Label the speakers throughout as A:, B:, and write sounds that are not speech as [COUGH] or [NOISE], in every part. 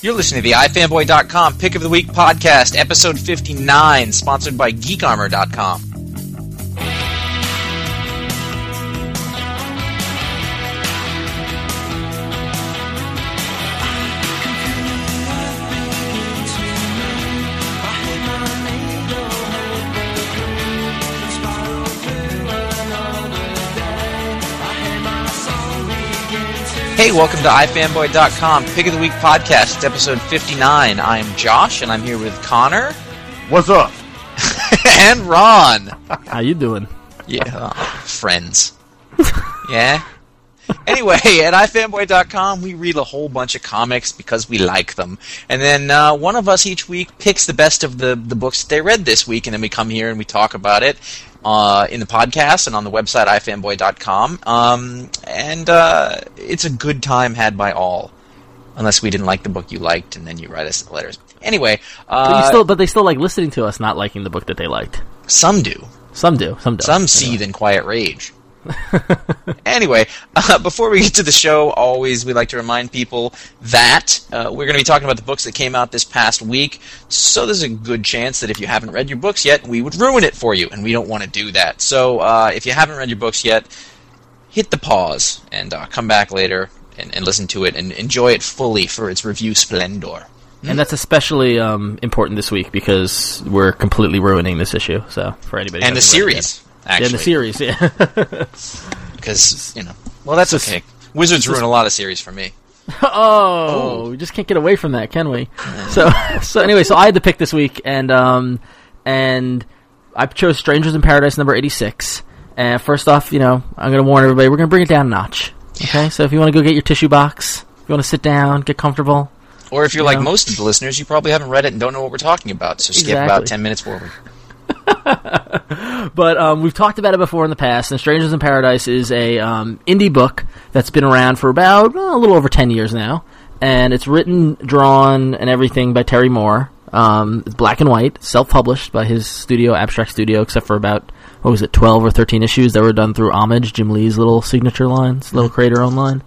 A: You're listening to the ifanboy.com Pick of the Week podcast, episode 59, sponsored by geekarmor.com. Hey, welcome to ifanboy.com Pick of the Week podcast. It's episode 59. I am Josh, and I'm here with Connor
B: What's up?
A: and Ron.
C: How you doing?
A: Yeah, oh, [LAUGHS]
C: [LAUGHS]
A: friends. Yeah. Anyway, at ifanboy.com, we read a whole bunch of comics because we like them. And then uh, one of us each week picks the best of the, the books that they read this week, and then we come here and we talk about it uh, in the podcast and on the website, ifanboy.com. Um, and uh, it's a good time had by all. Unless we didn't like the book you liked, and then you write us letters. Anyway,
C: But, you
A: uh,
C: still, but they still like listening to us, not liking the book that they liked.
A: some do.
C: Some do. Some don't.
A: Some seethe in quiet rage.
C: [LAUGHS]
A: anyway, uh, before we get to the show, always we like to remind people that uh, we're going to be talking about the books that came out this past week. So there's a good chance that if you haven't read your books yet, we would ruin it for you, and we don't want to do that. So uh, if you haven't read your books yet, hit the pause and uh, come back later and, and listen to it and enjoy it fully for its review splendor.
C: And that's especially um, important this week because we're completely ruining this issue. So for anybody, who
A: and the
C: hasn't read it
A: series.
C: in the
A: actually,
C: series. Yeah, [LAUGHS]
A: because you know. Well, that's okay. Wizards ruin a lot of series for me.
C: Oh, we just can't get away from that, can we? So, [LAUGHS] so anyway, so I had to pick this week, and um, and I chose Strangers in Paradise number eighty six. And first off, you know, I'm gonna warn everybody, we're gonna bring it down a notch. Okay, so if you want to go get your tissue box, if you want to sit down, get comfortable.
A: Or if you're like most of the listeners, you probably haven't read it and don't know what we're talking about. So skip about
C: Exactly.
A: ten minutes forward.
C: But um, we've talked about it before in the past. And Strangers in Paradise is a um, indie book that's been around for about uh, a little over ten years now, and it's written, drawn, and everything by Terry Moore. Um, it's black and white, self-published by his studio, Abstract Studio, except for about what was it, twelve or thirteen issues that were done through Homage, Jim Lee's little signature lines, little creator-owned line.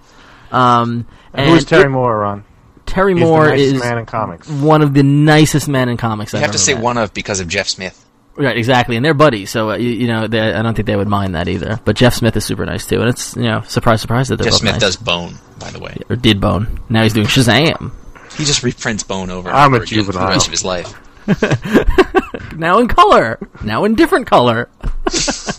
C: Um, and
D: Who's Terry Moore on?
C: Terry
D: He's
C: Moore
D: the nicest
C: is
D: man in comics.
C: one of the nicest men in comics.
A: You
C: I've
A: have to
C: ever
A: say
C: met.
A: one of because of Jeff Smith.
C: Right, exactly, and they're buddies, so uh, you, you know they, I don't think they would mind that either. But Jeff Smith is super nice too, and it's you know surprise, surprise that they're
A: Jeff
C: both
A: Smith
C: nice.
A: does Bone, by the way.
C: or did Bone. Now he's doing Shazam.
A: He just reprints Bone over. and
D: I'm a
A: over again for the
D: juvenile.
A: rest of his life.
C: Now in color, now in different color. [LAUGHS] so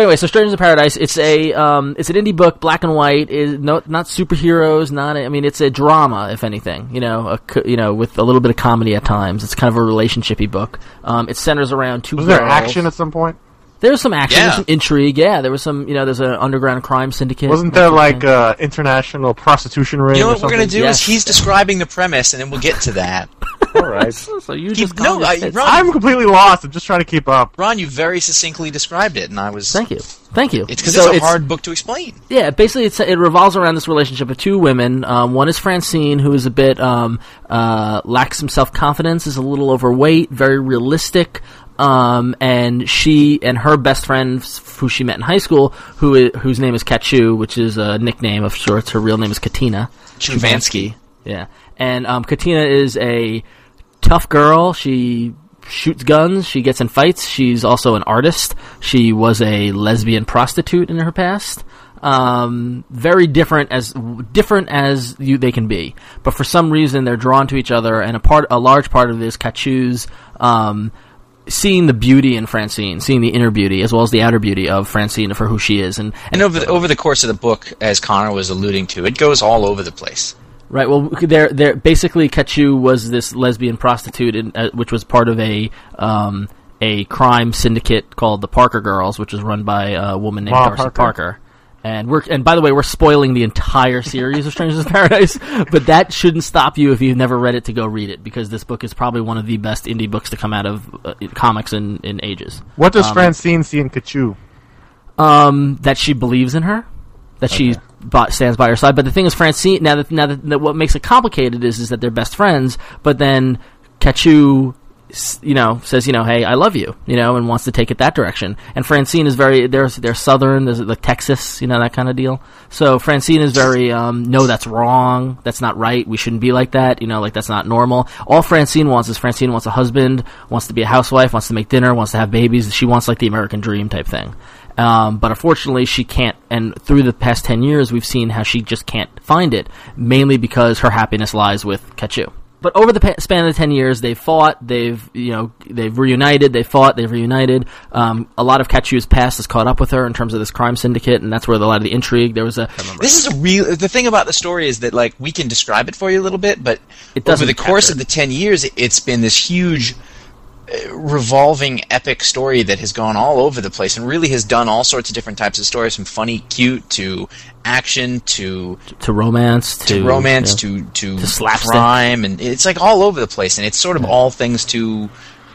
C: anyway, so Strangers in Paradise. It's a um, it's an indie book, black and white. Is no, not superheroes. Not I mean, it's a drama, if anything. You know, a, co- you know, with a little bit of comedy at times. It's kind of a relationshipy book. Um, it centers around two.
D: Was there
C: girls.
D: action at some point?
C: There was some action. There
A: Yeah.
C: was some intrigue. Yeah, there was some. You know, there's an underground crime syndicate.
D: Wasn't there like uh, international prostitution ring?
A: You know
D: or
A: what we're
D: something?
A: gonna do
C: Yes.
A: is he's describing the premise, and then we'll get to that.
D: All right.
C: So you
A: Keep-
C: just calm
A: no,
C: your
A: I-
C: tits.
A: Ron-
D: I'm completely lost. I'm just trying to keep up.
A: Ron, you very succinctly described it, and I was.
C: Thank you, thank you.
A: It's because
C: So
A: it's a hard book to explain.
C: Yeah, basically, it's, it revolves around this relationship of two women. Um, one is Francine, who is a bit um, uh, lacks some self confidence, is a little overweight, very realistic. Um, and she and her best friend, f- who she met in high school, who i- whose name is Kachu, which is a nickname of sorts. Her real name is Katina.
A: Chuvansky.
C: Yeah, and um, Katina is a tough girl. She shoots guns. She gets in fights. She's also an artist. She was a lesbian prostitute in her past. Um, very different as different as you they can be, but for some reason they're drawn to each other. And a part, a large part of it is Kachu's. Um, Seeing the beauty in Francine, seeing the inner beauty as well as the outer beauty of Francine for who she is, and,
A: And over the, over the course of the book, as Connor was alluding to, it goes all over the place.
C: Right. Well, there, there. Basically, Kachu was this lesbian prostitute, in, uh, which was part of a um, a crime syndicate called the Parker Girls, which was run by a woman named
D: Ma
C: Darcy
D: Parker.
C: Parker. And we're and by the way, we're spoiling the entire series of Strangers in [LAUGHS] Paradise, but that shouldn't stop you if you've never read it to go read it because this book is probably one of the best indie books to come out of uh, comics in, in ages.
D: What does Francine see in Kachu?
C: Um, that she believes in her, that she bought, stands by her side. But the thing is, Francine. Now that now that, that what makes it complicated is is that they're best friends. But then Kachu, s- you know, says you know, hey, I love you, you know, and wants to take it that direction. And Francine is very they're they're southern, there's like Texas, you know, that kind of deal. So Francine is very um, no, that's wrong, that's not right, we shouldn't be like that, you know, like that's not normal. All Francine wants is Francine wants a husband, wants to be a housewife, wants to make dinner, wants to have babies. She wants like the American dream type thing. Um, but unfortunately, she can't. And through the past 10 years, we've seen how she just can't find it, mainly because her happiness lies with Kachu. But over the pa- span of the 10 years, they've fought, they've, you know, they've reunited, they fought, they've reunited. Um, a lot of Kachu's past has caught up with her in terms of this crime syndicate, and that's where a lot of the intrigue, there was a,
A: This is a real. The thing about the story is that like we can describe it for you a little bit, but
C: It
A: over
C: doesn't
A: the course
C: capture
A: of the ten years, it's been this huge, uh, revolving epic story that has gone all over the place and really has done all sorts of different types of stories, from funny, cute to action to
C: to romance, to,
A: to romance
C: you know.
A: to to,
C: To slapstick.
A: crime, and it's like all over the place, and it's sort of all things to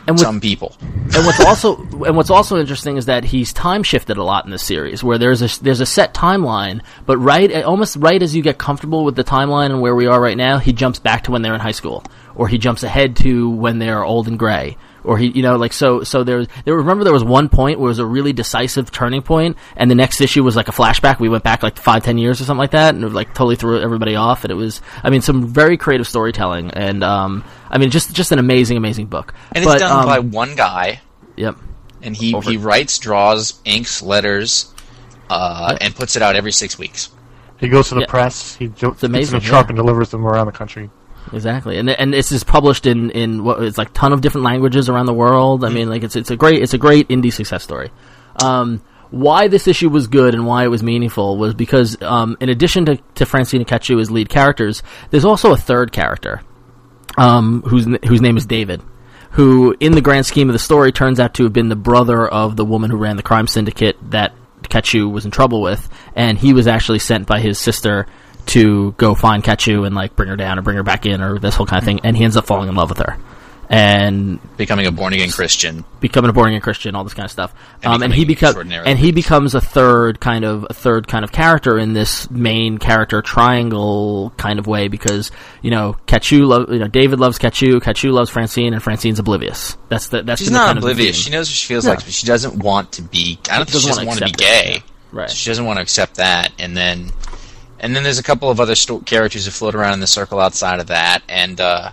C: And with-
A: some people.
C: and what's also and what's also interesting is that he's time shifted a lot in this series, where there's a there's a set timeline, but right almost right as you get comfortable with the timeline and where we are right now, he jumps back to when they're in high school, or he jumps ahead to when they're old and gray, or he you know like so so there there remember there was one point where it was a really decisive turning point, and the next issue was like a flashback. We went back like five ten years or something like that, and it like totally threw everybody off. And it was I mean some very creative storytelling, and um I mean just just an amazing amazing book,
A: And it's
C: But,
A: done
C: um,
A: by one guy,
C: yep.
A: and he, he writes, draws, inks, letters, uh, and puts it out every six weeks.
D: He goes to the
C: Yeah.
D: press. He jo- gets in
C: amazing,
D: a truck
C: yeah.
D: and delivers them around the country.
C: Exactly, and and this is published in in what it's like ton of different languages around the world. I mean, like it's it's a great it's a great indie success story. Um, why this issue was good and why it was meaningful was because, um, in addition to, to Francine and Kachu as lead characters, there's also a third character, um, whose, n- whose name is David, who, in the grand scheme of the story, turns out to have been the brother of the woman who ran the crime syndicate that Kachu was in trouble with, and he was actually sent by his sister to go find Kachu and, like, bring her down or bring her back in or this whole kind of thing, and he ends up falling in love with her. And
A: becoming a born again Christian.
C: becoming a born again Christian, all this kind of stuff.
A: And
C: Um, and he
A: becoming
C: becomes
A: extraordinarily
C: and he becomes a third kind of a third kind of character in this main character triangle kind of way because you know Kachu lo- you know David loves Kachu, Kachu loves Francine, and Francine's oblivious. That's the that's
A: She's
C: been the
A: not
C: kind of
A: oblivious.
C: theme.
A: She knows what she feels like, but she doesn't want to be. I don't think she
C: doesn't
A: doesn't
C: wanna
A: want to be
C: accept it,
A: gay.
C: yeah. Right.
A: So she doesn't want to accept that, and then, and then there's a couple of other sto- characters who float around in the circle outside of that, and uh,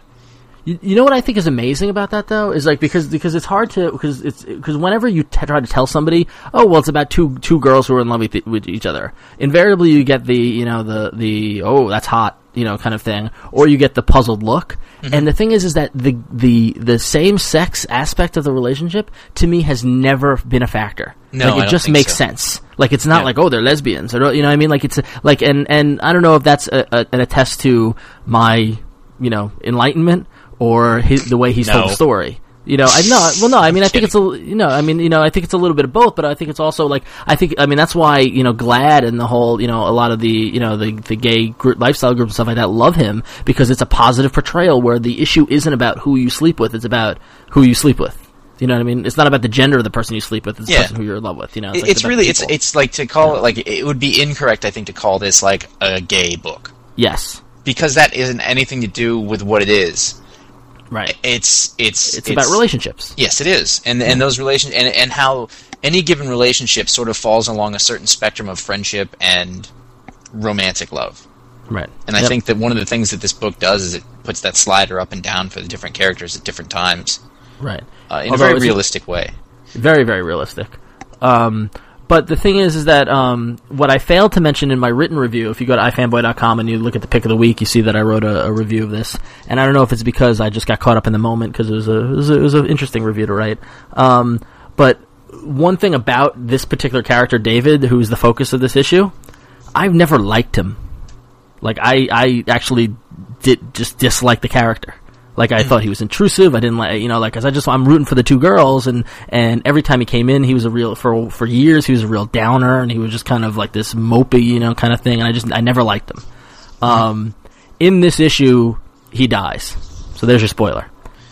C: You, you know what I think is amazing about that though is like because because it's hard to because it's because whenever you t- try to tell somebody oh well it's about two two girls who are in love with, e- with each other invariably you get the you know the the oh that's hot you know kind of thing or you get the puzzled look
A: Mm-hmm.
C: and the thing is is that the the the same sex aspect of the relationship to me has never been a factor
A: No,
C: like it
A: I don't
C: just
A: think
C: makes
A: so.
C: sense like it's not
A: Yeah.
C: like oh they're lesbians or you know what I mean like it's a- like and and I don't know if that's a, a, an attest to my you know enlightenment or his, the way he's
A: No.
C: told the story. You know, I no, well, no. I mean, I think it's a, you know, I mean, you know, I think it's a little bit of both, but I think it's also like, I think, I mean, that's why you know, Glad and the whole, you know, a lot of the, you know, the the gay group, lifestyle group and stuff like that love him because it's a positive portrayal where the issue isn't about who you sleep with; it's about who you sleep with. You know what I mean? It's not about the gender of the person you sleep with; it's
A: Yeah.
C: the person who you're in love with. You know,
A: it-
C: like
A: it's
C: about
A: really it's
C: people.
A: it's like to call it like it would be incorrect, I think, to call this like a gay book
C: yes,
A: because that isn't anything to do with what it is.
C: right.
A: It's it's
C: It's, about relationships.
A: Yes, it is, and and those relations and and how any given relationship sort of falls along a certain spectrum of friendship and romantic love.
C: Right.
A: And I
C: Yep.
A: think that one of the things that this book does is it puts that slider up and down for the different characters at different times
C: right
A: uh, in
C: Although
A: a very
C: it's-
A: realistic way.
C: very very realistic um, but the thing is is that um, what i failed to mention in my written review if you go to ifanboy.com and you look at the pick of the week you see that i wrote a, a review of this and i don't know if it's because i just got caught up in the moment because it, was a- it was a- it was an interesting review to write um, but one thing about this particular character david who's the focus of this issue i've never liked him like I, I actually did just dislike the character. Like I thought he was intrusive. I didn't like, you know, like 'cause I just I'm rooting for the two girls, and and every time he came in, he was a real for for years he was a real downer, and he was just kind of like this mopey, you know, kind of thing. And I just I never liked him. Um, in this issue, he dies. So there's your spoiler.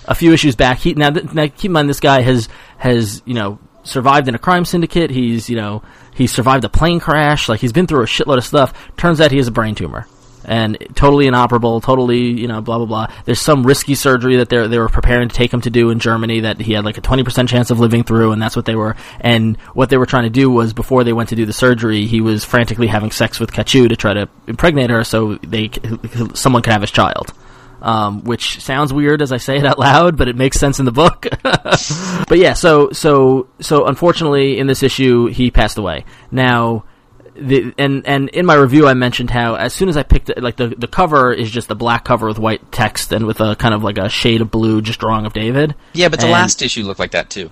C: A few issues back, he now, th- now keep in mind this guy has has you know survived in a crime syndicate. He's you know he survived a plane crash. Like he's been through a shitload of stuff. Turns out he has a brain tumor and totally inoperable. Totally you know blah blah blah. There's some risky surgery that they they were preparing to take him to do in Germany that he had like a 20% chance of living through, and that's what they were. And what they were trying to do was before they went to do the surgery, he was frantically having sex with Kachu to try to impregnate her so they c- someone could have his child. Um, which sounds weird as I say it out loud, but it makes sense in the book. [LAUGHS] but yeah, so so so unfortunately in this issue he passed away. Now the and and in my review I mentioned how as soon as I picked it, like the the cover is just a black cover with white text and with a kind of like a shade of blue just drawing of David.
A: Yeah, but the
C: And-
A: last issue looked like that too.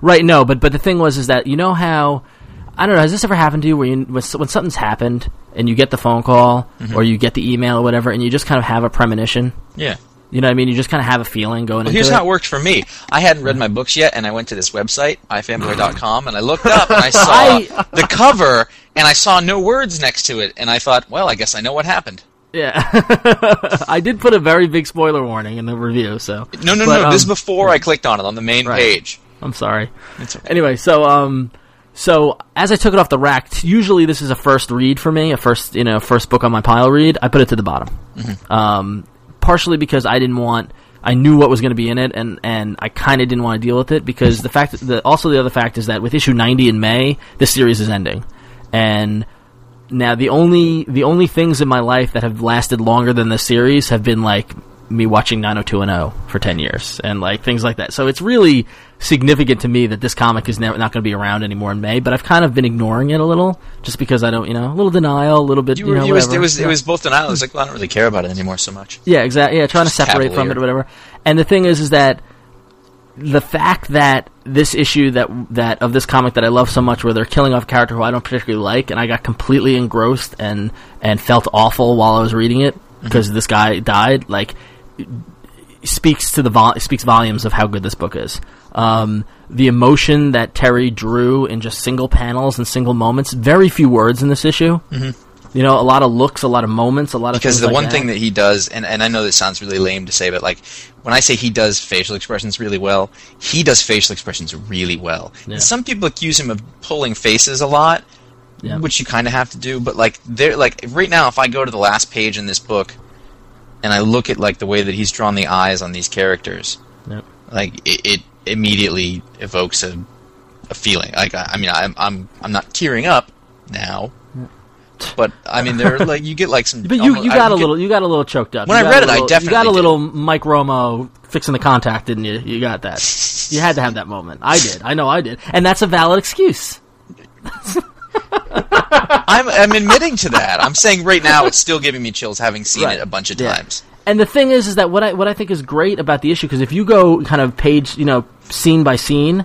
C: Right, no, but but the thing was is that you know how I don't know. Has this ever happened to you where you, when, s- when something's happened and you get the phone call or you get the email or whatever, and you just kind of have a premonition?
A: Yeah.
C: You know what I mean? You just kind of have a feeling going into
A: Here's
C: it.
A: how it worked for me. I hadn't read my books yet, and I went to this website, ifanboy.com, and I looked up [LAUGHS] and I saw
C: I-
A: the cover, and I saw no words next to it, and I thought, well, I guess I know what happened.
C: yeah, [LAUGHS] I did put a very big spoiler warning in the review, so
A: No, no,
C: But,
A: no. this is
C: um,
A: before I clicked on it on the main
C: Right.
A: page.
C: I'm sorry.
A: okay.
C: Anyway, so um, so as I took it off the rack, t- usually this is a first read for me, a first you know first book on my pile read. I put it to the bottom,
A: Mm-hmm.
C: um, partially because I didn't want. I knew what was going to be in it, and, and I kind of didn't want to deal with it because the fact, the, also the other fact is that with issue ninety in May, this series is ending, and now the only the only things in my life that have lasted longer than this series have been like me watching 90210 for 10 years and like things like that. So it's really significant to me that this comic is never not going to be around anymore in May, but I've kind of been ignoring it a little just because I don't, you know, a little denial, a little bit, you,
A: You were,
C: know,
A: you was,
C: whatever.
A: it was it
C: Yeah.
A: was both denial. It was like, well, I don't really care about it anymore so much.
C: Yeah, exactly. Yeah, trying to
A: Just
C: separate from
A: cavalier.
C: it or whatever. And the thing is, is that the fact that this issue that that of this comic that I love so much, where they're killing off a character who I don't particularly like, and I got completely engrossed and and felt awful while I was reading it
A: Mm-hmm.
C: because this guy died, like speaks to the vol- speaks volumes of how good this book is. Um, the emotion that Terry drew in just single panels and single moments, very few words in this issue. You know, a lot of looks, a lot of moments, a lot of
A: Mm-hmm. because
C: things
A: the
C: like
A: one thing that he does, and, and I know this sounds really lame to say, but like when I say he does facial expressions really well, he does facial expressions really well.
C: Yeah.
A: And some people accuse him of pulling faces a lot,
C: Yeah.
A: which you kind of have to do. But like they're like right now, if I go to the last page in this book, and I look at like the way that he's drawn the eyes on these characters,
C: Yep.
A: like it, it immediately evokes a, a feeling. Like I, I mean, I'm I'm I'm not tearing up now. But I mean, they're like you get like some.
C: [LAUGHS] But you, you
A: I
C: got a
A: get-
C: little you got a little choked up.
A: When
C: You
A: I
C: got
A: read
C: a
A: it, I
C: little-
A: definitely
C: you got a
A: did.
C: little Mike Romo fixing the contact, didn't you? You got that. You had to have that moment. I did. I know I did, and that's a valid excuse.
A: I'm, I'm admitting to that. I'm saying right now it's still giving me chills having seen
C: Right.
A: it a bunch of
C: Yeah.
A: times.
C: And the thing is, is that what I what I think is great about the issue because if you go kind of page, you know, scene by scene,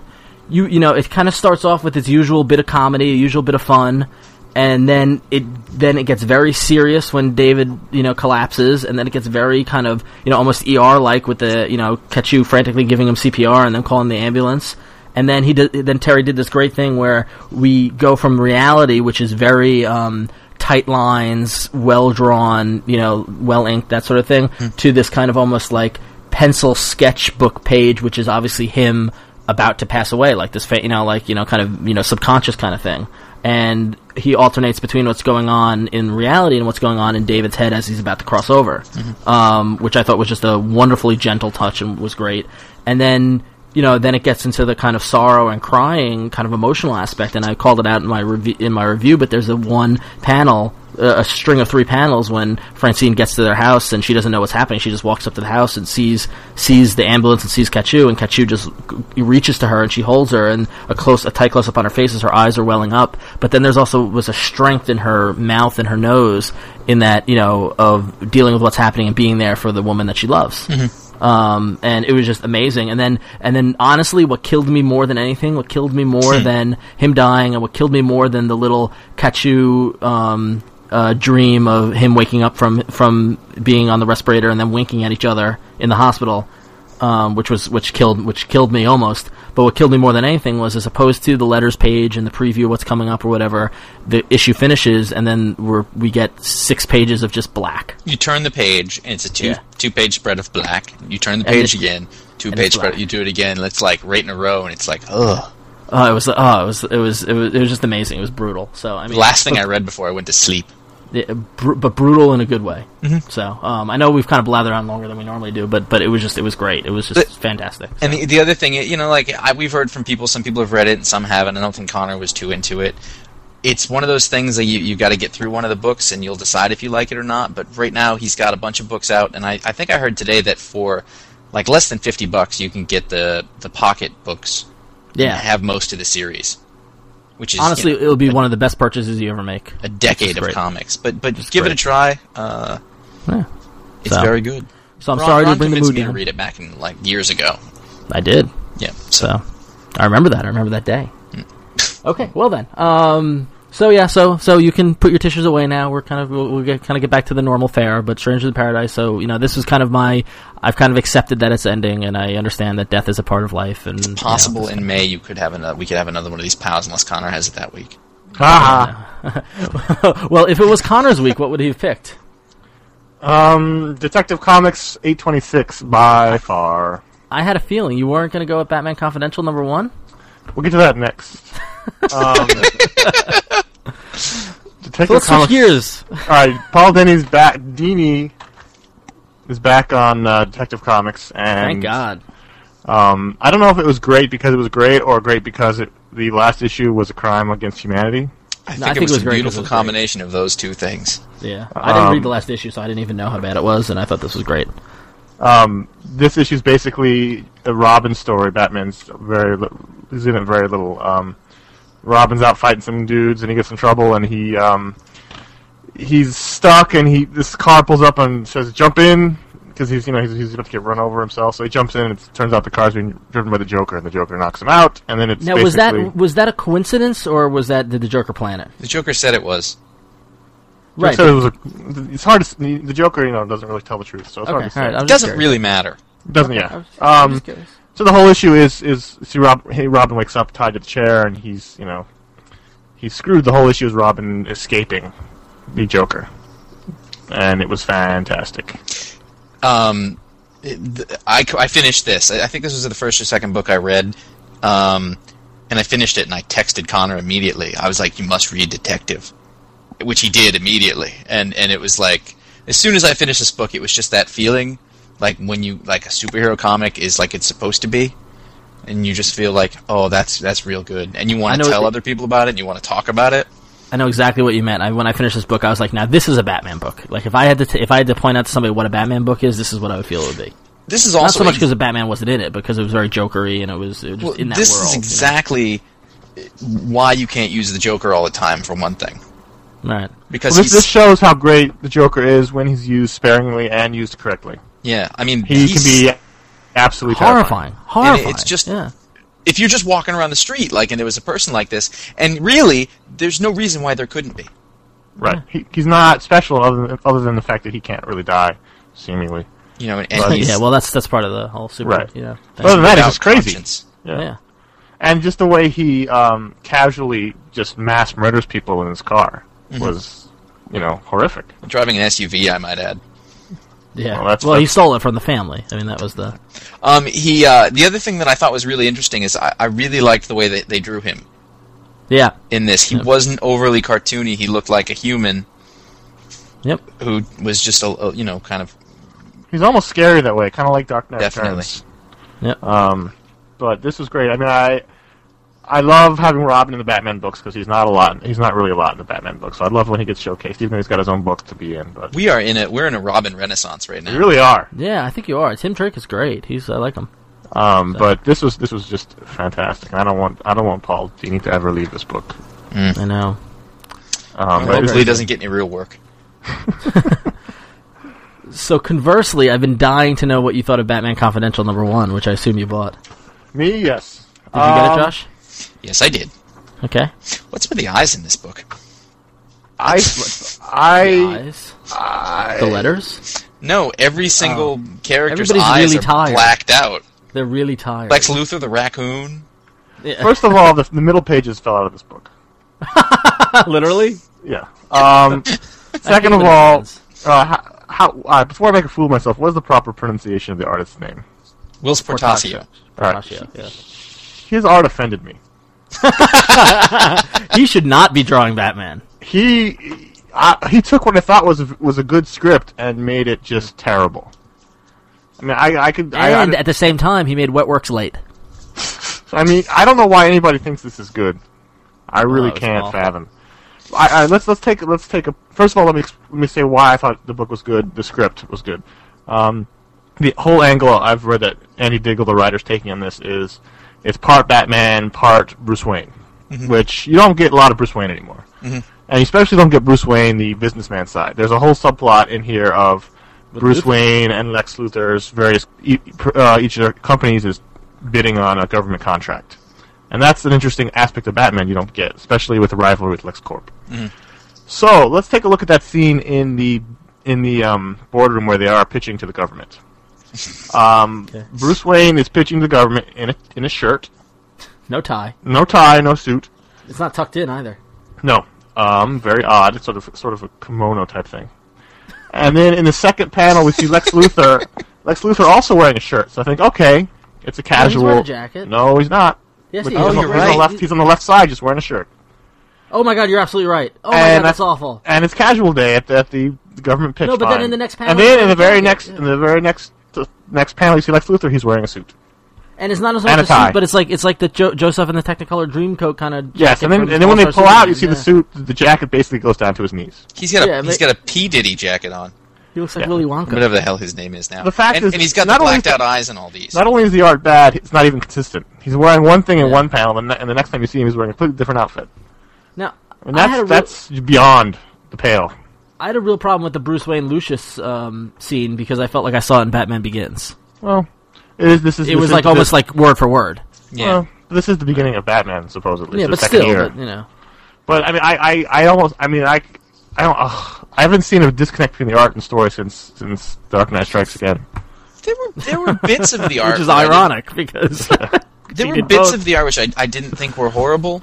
C: you you know, it kind of starts off with its usual bit of comedy, usual bit of fun, and then it then it gets very serious when David you know collapses, and then it gets very kind of you know almost ER like with the you know Kachu frantically giving him CPR and then calling the ambulance. And then he did, then Terry did this great thing where we go from reality, which is very um, tight lines, well drawn, you know, well inked, that sort of thing, to this kind of almost like pencil sketchbook page, which is obviously him about to pass away, like this, fa- you know, like you know, kind of you know, subconscious kind of thing. And he alternates between what's going on in reality and what's going on in David's head as he's about to cross over, um, which I thought was just a wonderfully gentle touch and was great. And then you know, then it gets into the kind of sorrow and crying kind of emotional aspect. And I called it out in my review. In my review, but there's a one panel, uh, a string of three panels when Francine gets to their house and she doesn't know what's happening. She just walks up to the house and sees sees the ambulance and sees Kachu, and Kachu just g- reaches to her and she holds her, and a close a tight close up on her face as her eyes are welling up. But then there's also was a strength in her mouth and her nose in that you know of dealing with what's happening and being there for the woman that she loves um, and it was just amazing. And then, and then, honestly, what killed me more than anything, what killed me more than him dying, and what killed me more than the little Kachu um, uh, dream of him waking up from from being on the respirator and then winking at each other in the hospital, um, which was which killed which killed me almost. But what killed me more than anything was, as opposed to the letters page and the preview, of what's coming up or whatever, the issue finishes, and then we're, we get six pages of just black.
A: You turn the page, and it's a two
C: Yeah.
A: two page spread of black. You turn the page
C: it's-
A: again, two
C: and
A: page
C: it's
A: spread.
C: black.
A: You do it again. and It's like right in a row, and it's like ugh.
C: Oh, it was. Oh, it was. It was. It was, it was just amazing. It was brutal. So I mean,
A: The last thing I read before I went to sleep.
C: it- br- but brutal in a good way. So um, I know we've kind of blathered on longer than we normally do, but but it was just it was great. It was
A: But-
C: just fantastic.
A: And the, the other thing, you know, like I, we've heard from people, some people have read it and some haven't. I don't think Connor was too into it. It's one of those things that you you got to get through one of the books and you'll decide if you like it or not. But right now he's got a bunch of books out, and I, I think I heard today that for like less than fifty bucks you can get the the pocket books.
C: yeah,
A: have most of the series, which is you
C: honestly,
A: know,
C: it'll be one of the best purchases you ever make.
A: a decade
C: It's
A: of
C: great.
A: comics. But but give it a
C: great.
A: try. Uh,
C: Yeah.
A: it's
C: So.
A: very good.
C: So I'm
A: Ron-
C: sorry
A: Ron
C: to bring the
A: convinced
C: mood
A: me to
C: down.
A: read it back in like years ago.
C: I did.
A: Yeah. So
C: So I remember that. I remember that day. okay, well then. Um, so yeah, so so you can put your tissues away now. We're kind of we'll, we'll get, kind of get back to the normal fare, but Stranger in Paradise. So you know, this was kind of my. I've kind of accepted that it's ending, and I understand that death is a part of life. And you know,
A: possible in May you could have another. We could have another one of these pals unless Connor has it that week.
D: Ah,
C: [LAUGHS] well, if it was Connor's week, what would he have picked?
D: um, Detective Comics 826 by far.
C: I had a feeling you weren't going to go with Batman Confidential number one.
D: We'll get to that next.
C: [LAUGHS]
D: Um, Detective
C: So let's switch
D: Comics.
C: gears.
D: All right, Paul Denny's back. Dini is back on uh, Detective Comics,
C: Thank
D: and
C: God.
D: Um, I don't know if it was great because it was great, or great because it, the last issue was a crime against humanity.
A: I think,
C: I
A: it
C: think
A: was,
C: it was
A: a
C: great, it
A: beautiful
C: was great.
A: combination of those two things.
C: Yeah, I didn't
D: Um,
C: read the last issue, so I didn't even know how bad it was, and I thought this was great.
D: This issue is basically a Robin story. Batman's very li- he's in it very little. Um, Robin's out fighting some dudes, and he gets in trouble, and he um, he's stuck, and he this car pulls up and says, "Jump in." because he's you know he's, he's about to get run over himself. So he jumps in, and it turns out the car's being driven by the Joker, and the Joker knocks him out. And then it's
C: Now was
D: basically-
C: that was that a coincidence or was that did the Joker plan it?
A: The Joker said it was.
C: Right.
D: So it was a, it's hard to s- the Joker, you know, doesn't really tell the truth, so it's
C: okay.
D: hard to say.
C: all right, I was
A: It
C: just
A: doesn't
C: curious.
A: really matter.
D: doesn't
C: I
D: yeah.
C: was- I was
D: Um,
C: just curious.
D: so the whole issue is is see Rob hey Robin wakes up tied to the chair and he's you know he's screwed. The whole issue is Robin escaping the Joker, and it was fantastic.
A: um, th- I, I finished this. I I think this was the first or second book I read, um, and I finished it, and I texted Connor immediately. I was like, "You must read Detective," which he did immediately, and and it was like, as soon as I finished this book, it was just that feeling, like when you like a superhero comic is like it's supposed to be. And you just feel like, oh, that's that's real good, and you
C: I
A: want
C: know
A: to tell
C: it-
A: other people about it, and you want to talk about it.
C: I know exactly what you meant. I, when I finished this book, I was like, "Now this is a Batman book." Like if I had to, t- if I had to point out to somebody what a Batman book is, this is what I would feel it would be.
A: This is
C: Not
A: also
C: so much
A: a-
C: because the Batman wasn't in it, because it was very jokery and it was, it was just
A: Well,
C: in that
A: this
C: world.
A: is exactly uh, why you can't use the Joker all the time, for one thing.
C: you know? Right.
A: because
D: Well, this,
A: he's,
D: this shows how great the Joker is when he's used sparingly and used correctly.
A: yeah, I mean,
D: He
A: he's-
D: can be absolutely
C: Horrifying. Horrifying.
A: it's just-
C: yeah.
A: if you're just walking around the street, like, and there was a person like this, and really, there's no reason why there couldn't be.
D: Right. He, he's not special other than, other than the fact that he can't really die, seemingly.
A: You know, and, and
D: Right.
A: he's
C: yeah. Well, that's that's part of the whole super.
D: Right.
C: You know. thing.
D: Other than that, he's
A: without
D: just crazy.
A: conscience.
C: yeah.
D: And just the way he um, casually just mass murders people in his car was, you know, horrific.
A: driving an SUV, I might add.
C: Yeah.
D: Well,
C: Well,
D: that's-
C: he
D: that's-
C: stole it from the family. I mean, that was the.
A: Um, he uh, the other thing that I thought was really interesting is I, I really liked the way that they drew him
C: Yeah.
A: in this. He
C: Yeah.
A: wasn't overly cartoony. He looked like a human
C: Yep.
A: who was just a, a you know kind of
D: He's almost scary that way, kind of like Dark Knight
A: Definitely.
D: Returns.
C: Yep.
D: Um, but this was great. I mean, I I love having Robin in the Batman books because he's not a lot. He's not really a lot in the Batman books. So I love when he gets showcased, even though he's got his own book to be in. But
A: we are in a we're in a Robin renaissance right
D: we
A: now.
D: really are.
C: Yeah. I think you are. Tim Drake is great. He's. I like him.
D: Um, but this was this was just fantastic. And I don't want I don't want Paul Dini to ever leave this book.
A: Hmm.
C: I know.
D: Um, but it was-
A: Hopefully, he doesn't get any real work.
C: So conversely, I've been dying to know what you thought of Batman Confidential number one, which I assume you bought. Did
D: me, yes. Um,
C: you get it, Josh?
A: Yes, I did.
C: Okay.
A: What's with the eyes in this book?
D: I I
C: Eyes. The letters.
A: No, every single character's
C: Um, everybody's
A: eyes
C: really
A: are
C: tired.
A: blacked out.
C: They're really tired. [LAUGHS]
A: Lex Luthor, the raccoon.
D: first of all, the, the middle pages fell out of this book.
C: [LAUGHS] Literally.
D: Yeah.
C: [LAUGHS]
D: Um, second of
C: what
D: all,
C: happens.
D: uh, how, how uh, before I make a fool of myself, what is the proper pronunciation of the artist's name?
A: Will's Portasio.
D: All right.
C: Portatio, yeah.
D: His art offended me.
C: he should not be drawing Batman.
D: He I, he took what I thought was a- was a good script and made it just terrible. I mean, I, I could. I,
C: And
D: I,
C: at the same time, he made Wet Works late.
D: I mean, I don't know why anybody thinks this is good. I really
C: it's
D: can't
C: awful.
D: fathom. I, I, let's let's take let's take a first of all let me ex- let me say why I thought the book was good. The script was good. Um, the whole angle I've read that Andy Diggle, the writer's taking on this, is it's part Batman, part Bruce Wayne, which you don't get a lot of Bruce Wayne anymore, and you especially don't get Bruce Wayne the businessman side. There's a whole subplot in here of Bruce
C: Luthor.
D: Wayne and Lex Luthor's various e- pr- uh, each of their companies is bidding on a government contract, and that's an interesting aspect of Batman you don't get, especially with the rivalry with LexCorp. So let's take a look at that scene in the in the um, boardroom where they are pitching to the government. Um, Bruce Wayne is pitching to the government in a in a shirt,
C: No tie.
D: no tie, no suit,
C: It's not tucked in either.
D: no, um, very odd, sort of sort of a kimono type thing. And then in the second panel, we
C: [LAUGHS]
D: see Lex Luthor. Lex Luthor also wearing a shirt. So I think, okay, it's a casual.
C: Oh, wearing a jacket.
D: No, he's not.
C: Yes,
D: But
C: he
D: he's
C: is.
D: on-
A: you're
D: he's
A: right.
D: on the left. He's on the left side, just wearing a shirt.
C: Oh my god, you're absolutely right. Oh my
D: And
C: god, that's
D: I-
C: awful.
D: and it's casual day at the, at the government pitch.
C: No, but then
D: line.
C: in the next
D: and
C: panel,
D: then
C: he's
D: in the
C: wearing a
D: very
C: jacket,
D: next,
C: yeah.
D: in the very next, the next panel, you see Lex Luthor. He's wearing a suit.
C: And it's not as
D: And
C: much
D: a
C: a
D: tie.
C: suit, but it's like it's like the jo- Joseph and the Technicolor Dreamcoat kind of.
D: Yes, and then and then when they pull out, you see the suit. The jacket basically goes down to his knees.
A: He's got a
C: Yeah,
A: he's
C: but-
A: got a P Diddy jacket on,
C: He looks like
D: Yeah. uh,
C: Willy Wonka.
A: whatever the hell his name is now.
D: The fact
A: and,
D: is,
A: and he's got the
D: not only
A: blacked
D: is-
A: out eyes and all these.
D: Not only is the art bad, it's not even consistent. He's wearing one thing in one panel, and, the- and the next time you see him, he's wearing a completely different outfit.
C: Now,
D: And
C: I
D: that's
C: had a real-
D: that's beyond the pale.
C: I had a real problem with the Bruce Wayne Lucius um, scene because I felt like I saw it in Batman Begins.
D: Well, it is, this is
C: It
D: this
C: was
D: is
C: like
D: the-
C: almost like word for word.
A: Yeah.
D: Well, this is the beginning of Batman, supposedly.
C: yeah,
D: so
C: but
D: second
C: still,
D: year.
C: but, you know,
D: But I mean, I, I, I almost, I mean, I, I don't, ugh, I haven't seen a disconnect between the art and story since since Dark Knight Strikes Again.
A: there were there were bits of the art
C: [LAUGHS] which is
A: where I didn't-
C: ironic because [LAUGHS]
A: There
C: He
A: were
C: did
A: bits
C: both.
A: of the art which I, I didn't think were horrible,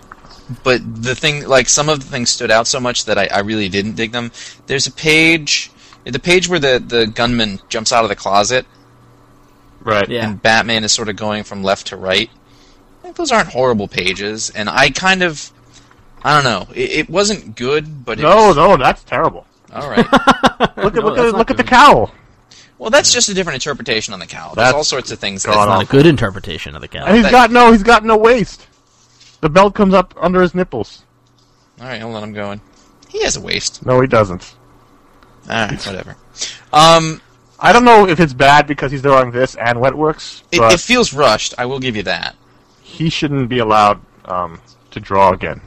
A: but the thing, like some of the things stood out so much that I, I really didn't dig them. There's a page, the page where the, the gunman jumps out of the closet,
D: Right.
C: yeah,
A: and Batman is sort of going from left to right. I think those aren't horrible pages, and I kind of, I don't know, it, it wasn't good, but it
D: No,
A: was,
D: no,
C: [LAUGHS]
D: that's terrible.
A: all
D: [LAUGHS]
A: right.
D: Look at look
C: that's
D: at
C: not
D: look at the
C: good.
D: cowl.
A: Well, that's just a different interpretation on the cow. There's
D: That's
A: all sorts of things.
D: gone
A: That's not
D: off.
C: a good interpretation of the
D: And
C: cat.
D: he's
A: that-
D: got no, he's got no waist. The belt comes up under his nipples.
A: all right. Hold on, I'm going. He has a waist.
D: No, he doesn't.
A: All
D: [LAUGHS]
A: right, whatever. Um,
D: I don't know if it's bad because he's doing this and wet works,
A: it,
D: but
A: it feels rushed. I will give you
D: [LAUGHS]
A: that.
D: he shouldn't be allowed um, to draw again.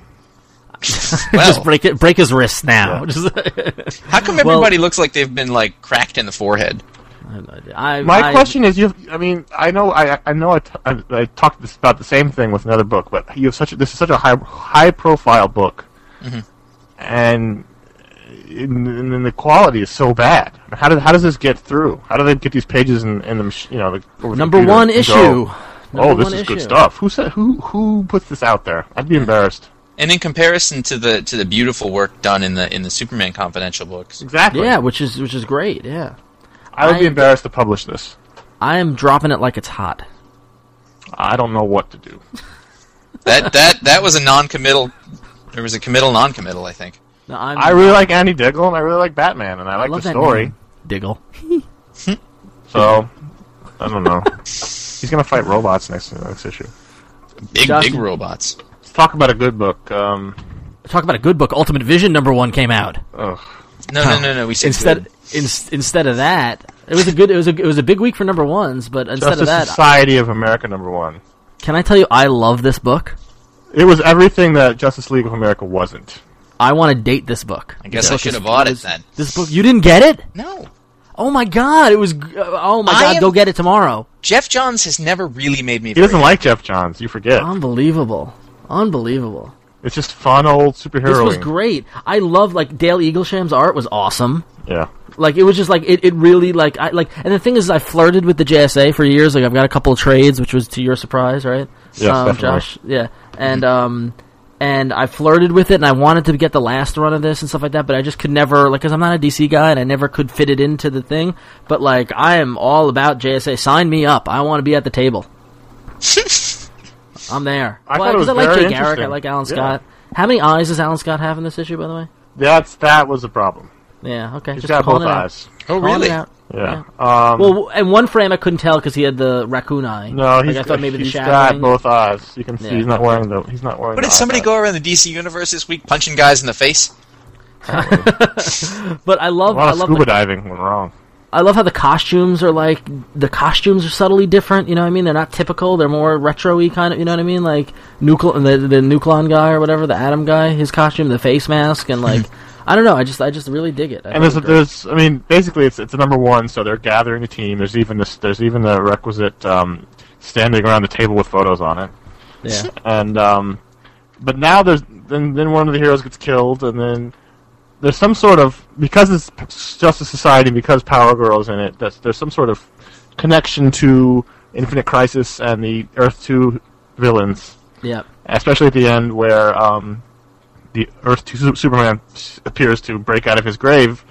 A: Well,
C: Just break it, break his wrist now. [LAUGHS]
D: Yeah.
C: Just-
A: How come everybody looks like they've been like cracked in the forehead?
C: I,
D: My
C: I-
D: question is, you. I mean, I know, I, I know, I, t- I, I talked this, about the same thing with another book, but you have such. A, this is such a high, high-profile book, and in, in, in the quality is so bad. How does how does this get through? How do they get these pages in, in the mach- you know the, over the
C: number
D: computer
C: one
D: and
C: issue.
D: go, oh,
C: Number
D: this
C: one
D: is good
C: issue.
D: stuff. Who said who who put this out there? I'd be embarrassed.
A: And in comparison to the to the beautiful work done in the in the Superman Confidential books,
D: Exactly.
C: Yeah, which is which is great. Yeah,
D: I would be
C: I-
D: embarrassed to publish this.
C: I am dropping it like it's hot.
D: I don't know what to do.
A: that that that was a non-committal. There was a committal non-committal, I think.
C: No, I'm,
D: I really like Andy Diggle and I really like Batman and I like
C: love
D: the
C: that
D: story.
C: name, Diggle.
D: So I don't know. He's gonna fight robots next next issue.
A: Big
C: Josh-
A: big robots.
D: Let's talk about a good book. Um,
C: Talk about a good book. Ultimate Vision number one came out.
D: ugh.
A: No no no no. We said
C: Instead,
A: good.
C: in, instead of that, it was a good. It was a it was a big week for number ones. But instead
D: Justice
C: of that,
D: Society of America number one.
C: can I tell you I love this book.
D: It was everything that Justice League of America wasn't.
C: I want to date this book.
A: I guess I should have bought it then.
C: This book, you didn't get it?
A: No,
C: Oh my god, it was. g- Oh my
A: I
C: god,
A: am-
C: go get it tomorrow.
A: Jeff Johns has never really made me.
D: He doesn't
A: very-
D: like Jeff Johns. You forget.
C: Unbelievable, unbelievable.
D: it's just fun old superhero.
C: This was great. I love like Dale Eaglesham's art was awesome.
D: Yeah.
C: Like it was just like it, it really like I like and the thing is I flirted with the JSA for years. Like I've got a couple of trades, which was to your surprise, right?
D: Yes,
C: um,
D: definitely.
C: Josh. Yeah. And um and I flirted with it and I wanted to get the last run of this and stuff like that, but I just could never like cuz I'm not a DC guy and I never could fit it into the thing, but like I am all about JSA. Sign me up. I want to be at the table.
A: [LAUGHS]
C: I'm there.
D: I
C: Why?
D: thought it
C: 'Cause
D: was
C: I like
D: very
C: Jay Garrick, I
D: interesting.
C: like Alan
D: Yeah.
C: Scott. How many eyes does Alan Scott have in this issue by the way?
D: That's that was the problem.
C: Yeah, okay.
D: He's
C: just
D: got
C: calling
D: both
C: it out.
D: eyes.
A: Oh
C: Calling
A: really?
C: it out.
D: Yeah. Um,
C: Well, w- in one frame I couldn't tell because he had the raccoon eye.
D: no, he's,
C: like, I thought maybe the
D: he's
C: shadowing.
D: got both eyes. You can see
C: Yeah.
D: he's not wearing the. He's not wearing.
A: But
D: the
A: did somebody
D: eye patch.
A: go around the DC universe this week punching guys in the face?
C: But I love,
D: A lot
C: I
D: of
C: love,
D: scuba
C: the,
D: diving went wrong.
C: I love how the costumes are like the costumes are subtly different. You know what I mean? They're not typical. They're more retro-y kind of. You know what I mean? Like nucle the the Nucleon guy or whatever, the Atom guy, his costume, the face mask, and
D: [LAUGHS]
C: like I don't know. I just I just really dig it. I think
D: And there's,
C: it's great.
D: there's, I mean, basically, it's it's a number one, so they're gathering a team. There's even this, there's even the requisite um, standing around the table with photos on it.
C: yeah.
D: And um, but now there's then then one of the heroes gets killed, and then there's some sort of because it's P- Justice Society, because Power Girl's in it. That's there's some sort of connection to Infinite Crisis and the Earth Two villains,
C: yeah.
D: especially at the end where um, the Earth Two Su- Superman s- appears to break out of his grave.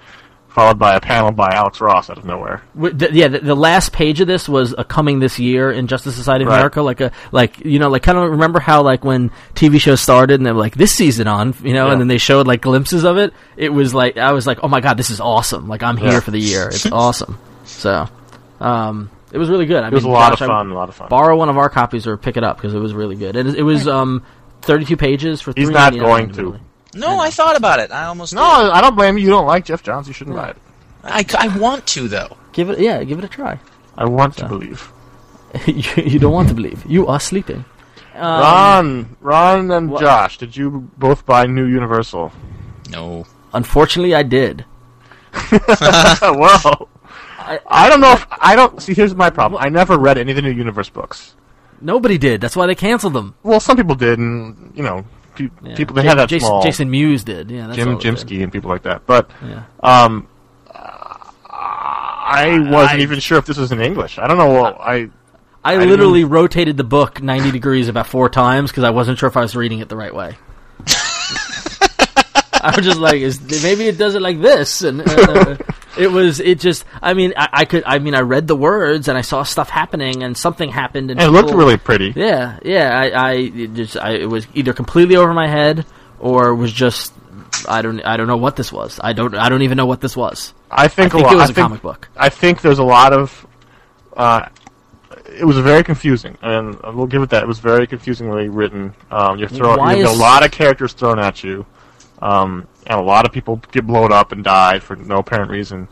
D: Followed by a panel by Alex Ross out of nowhere.
C: Wi- The, yeah, the, the last page of this was a coming this year in Justice Society of
D: Right.
C: America, like a like you know like kind of remember how like when TV shows started and they were like this season on you know
D: Yeah.
C: and then they showed like glimpses of it. It was like I was like oh my god this is awesome like I'm here
D: Yeah.
C: for the year
D: [LAUGHS]
C: it's awesome. So um, it was really good. I
D: It was a
C: mean,
D: lot
C: gosh,
D: of
C: I-
D: fun. A lot of fun.
C: borrow one of our copies or pick it up because it was really good. It, is- it was um, 32 pages for.
D: He's not
C: $3.99
D: going to.
C: individually.
A: No, I thought about it. I almost
D: No,
A: did.
D: I don't blame you. You don't like Jeff Johns. You shouldn't buy it.
A: I, I want to though.
C: give it yeah give it a try. [LAUGHS]
D: I want to believe.
C: you, you don't want to believe you are sleeping.
D: Ron, Ron, and
C: Um, What?
D: [LAUGHS] Josh, did you both buy New Universal?
A: No.
C: Unfortunately, I did.
D: Whoa. I don't know if I don't see. Here's my problem. I never read any of the new universe books.
C: Nobody did. That's why they canceled them.
D: Well, some people did, and you know, pe-
C: Yeah.
D: people they
C: Ja-
D: had that
C: Jason,
D: small
C: Jason Mewes did. Yeah, that's all
D: Jim
C: it did.
D: Jimsky and people like that. But
C: Yeah.
D: um, Uh, I wasn't even sure if this was in English. I don't know. Well, I
C: I,
D: didn't-
C: literally rotated the book 90 degrees about four times because I wasn't sure if I was reading it the right
D: [LAUGHS]
C: way. I was just like, is, maybe it does it like this, and uh, it was it just. I mean, I, I could. I mean, I read the words and I saw stuff happening, and something happened, and
D: it looked
C: people-
D: really pretty.
C: Yeah, yeah. I, I it just, I, it was either completely over my head or was just, I don't, I don't know what this was. I don't, I don't even know what this was.
D: I
C: I
D: think,
C: think
D: a lot,
C: it was
D: I
C: a
D: think,
C: comic book.
D: I think there's a lot of. Uh, it was very confusing, and I will give it that. It was very confusingly written. Um, you're throwing
C: Why
D: you have
C: is-
D: a lot of characters thrown at you, um, and a lot of people get blown up and died for no apparent reason.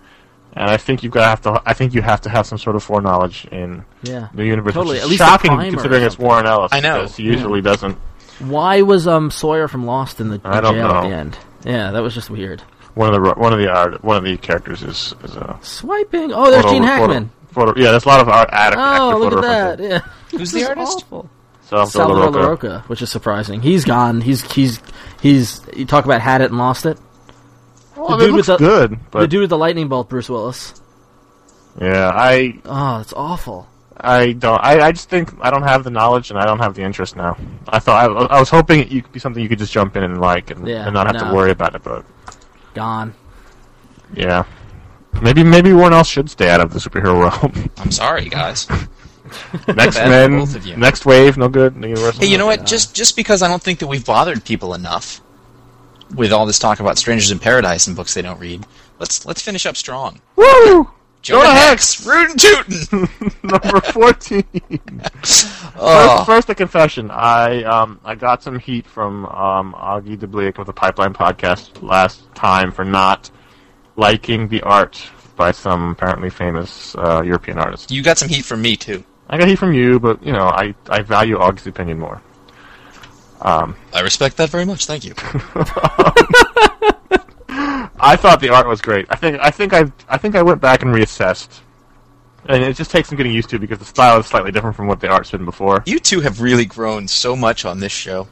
D: And I think you've got to have to. I think you have to have some sort of foreknowledge in
C: Yeah.
D: the universe.
C: Totally,
D: which
C: at
D: is
C: least a
D: shocking
C: primer or
D: considering it's
C: something.
D: Warren Ellis.
A: I know.
D: because He usually doesn't.
C: Why was um Sawyer from Lost in the
D: I don't
C: jail at
D: know.
C: the end? Yeah, that was just weird.
D: One of the ro- one of the art, one of the characters is is a
C: Swiping. Oh, there's
D: photo-
C: Gene
D: photo-
C: Hackman.
D: photo- yeah, there's a lot of art. Ad-
C: Oh,
D: actor
C: look at
D: photo
C: that.
D: references.
C: Yeah.
A: Who's
C: This
A: the
C: is
A: artist?
C: awful.
D: Salvador
C: Salvador
D: Larroca.
C: LaRocca, which is surprising. He's gone. He's he's he's. You talk about had it and lost it. The
D: Well, the
C: dude
D: dude
C: with
D: looks
C: the-
D: good,
C: the
D: but
C: dude with the lightning bolt, Bruce Willis.
D: yeah, I
C: Oh, that's awful.
D: I don't I, I just think I don't have the knowledge and I don't have the interest now. I thought I, I was hoping it you could be something you could just jump in and like and,
C: Yeah,
D: and not have
C: no.
D: to worry about it. But
C: Gone.
D: yeah, maybe maybe one else should stay out of the superhero [LAUGHS] realm.
C: [LAUGHS]
A: I'm sorry, guys. Bad
D: next
A: for
D: men,
A: both of you.
D: next wave, no good. No universal.
A: Hey, you know what? Just just because I don't think that we've bothered people enough with all this talk about strangers in paradise and books they don't read, let's let's finish up strong.
D: Woo!
A: Jonah,
D: Jonah
A: Hex, rootin' tootin'.
D: Number fourteen. First, first, a confession. I um I got some heat from um Augie DeBlick of the Pipeline Podcast last time for not liking the art by some apparently famous uh, European artist.
A: you got some heat from me too.
D: I got heat from you, but you know I I value Augie's opinion more.
A: I respect that very much.
C: [LAUGHS]
A: Thank you.
D: I thought the art was great. I think I think I I think I went back and reassessed, and it just takes some getting used to because the style is slightly different from what the art's been before.
A: You two have really grown so much on this show.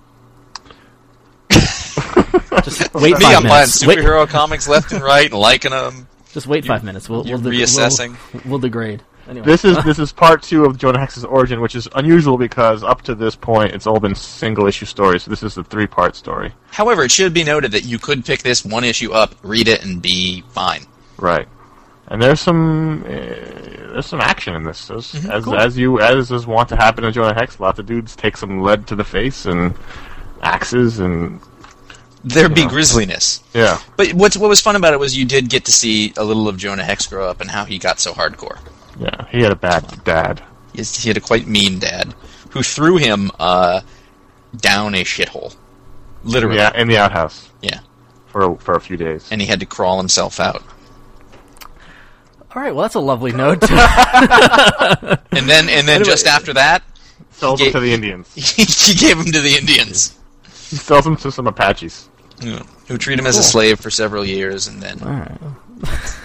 C: Just wait
A: me,
C: 5
A: I'm buying
C: minutes. Wait,
A: superhero comics left
C: [LAUGHS]
A: and right and liking them.
C: just wait five minutes. We'll,
A: you're
C: we'll de-
A: reassessing.
C: We'll, we'll degrade. Anyway,
D: This is this [LAUGHS] is part two of Jonah Hex's origin, which is unusual because up to this point it's all been single issue stories. So this is a three part story.
A: However, it should be noted that you could pick this one issue up, read it, and be fine.
D: Right. And there's some uh, there's some action in this. There's, as
A: cool.
D: as you as is want to happen in Jonah Hex, lots of dudes take some lead to the face and axes and
A: There'd be grisliness.
D: yeah.
A: But what's, what was fun about it was you did get to see a little of Jonah Hex grow up and how he got so hardcore.
D: Yeah. He had a bad dad.
A: He's- He had a quite mean dad who threw him uh, down a shithole. Literally.
D: Yeah, in the outhouse
A: Yeah.
D: for for a few days.
A: And he had to crawl himself out.
C: all right. Well, that's a
D: [LAUGHS]
C: lovely note. [LAUGHS]
A: And then, and then just after that,
D: sells
A: ga-
D: them to the Indians.
C: [LAUGHS]
A: he gave him to the Indians,
D: [LAUGHS] He sells them to some Apaches.
A: you know, who treated him as a slave for several years, and then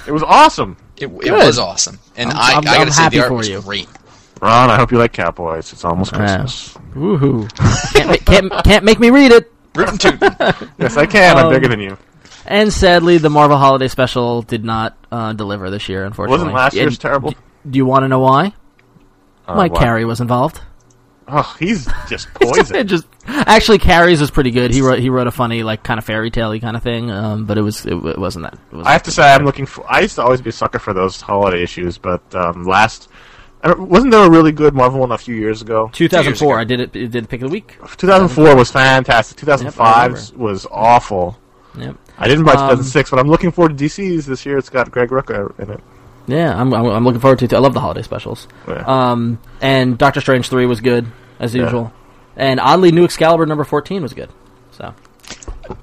D: It was awesome.
A: It, it was awesome, and
C: I'm-
A: i
C: I'm-
A: I gotta
C: I'm
A: say
C: happy
A: the art
C: for
A: was
C: you.
A: great.
D: Ron, I hope you like Cowboys. It's almost
C: Yeah.
D: Christmas.
C: Woohoo! Can't, ma- can't can't make me read it.
A: Rootin'
C: [LAUGHS]
A: tootin'.
D: Yes, I can. I'm bigger than you.
C: And sadly, the Marvel Holiday Special did not uh, deliver this year. Unfortunately,
D: Wasn't last
C: And
D: year's terrible?
C: Do you want to know why?
D: Uh,
C: Mike
D: why?
C: Carey was
D: [LAUGHS]
C: involved.
D: Oh, he's just
C: It [LAUGHS]
D: poison.
C: just actually Carey's was pretty good. He wrote he wrote a funny like kind of fairy tale kind of thing, um, but it was it, w- it wasn't that. It was
D: I have to say, I'm looking for. I used to always be a sucker for those holiday issues, but um, last. I don't- Wasn't there a really good Marvel one a few years ago?
C: 2004. I did it. it Did pick of the week.
D: 2004 was fantastic.
C: I
D: 2005
C: remember.
D: was awful.
C: Yep.
D: I didn't buy
C: Um,
D: 2006, but I'm looking forward to DC's this year. It's got Greg Rucka in it.
C: Yeah, I'm, I'm, I'm looking forward to it. Too. I love the holiday specials.
D: Yeah.
C: Um, and Doctor Strange three was good as usual, and oddly, New Excalibur number fourteen was good. So,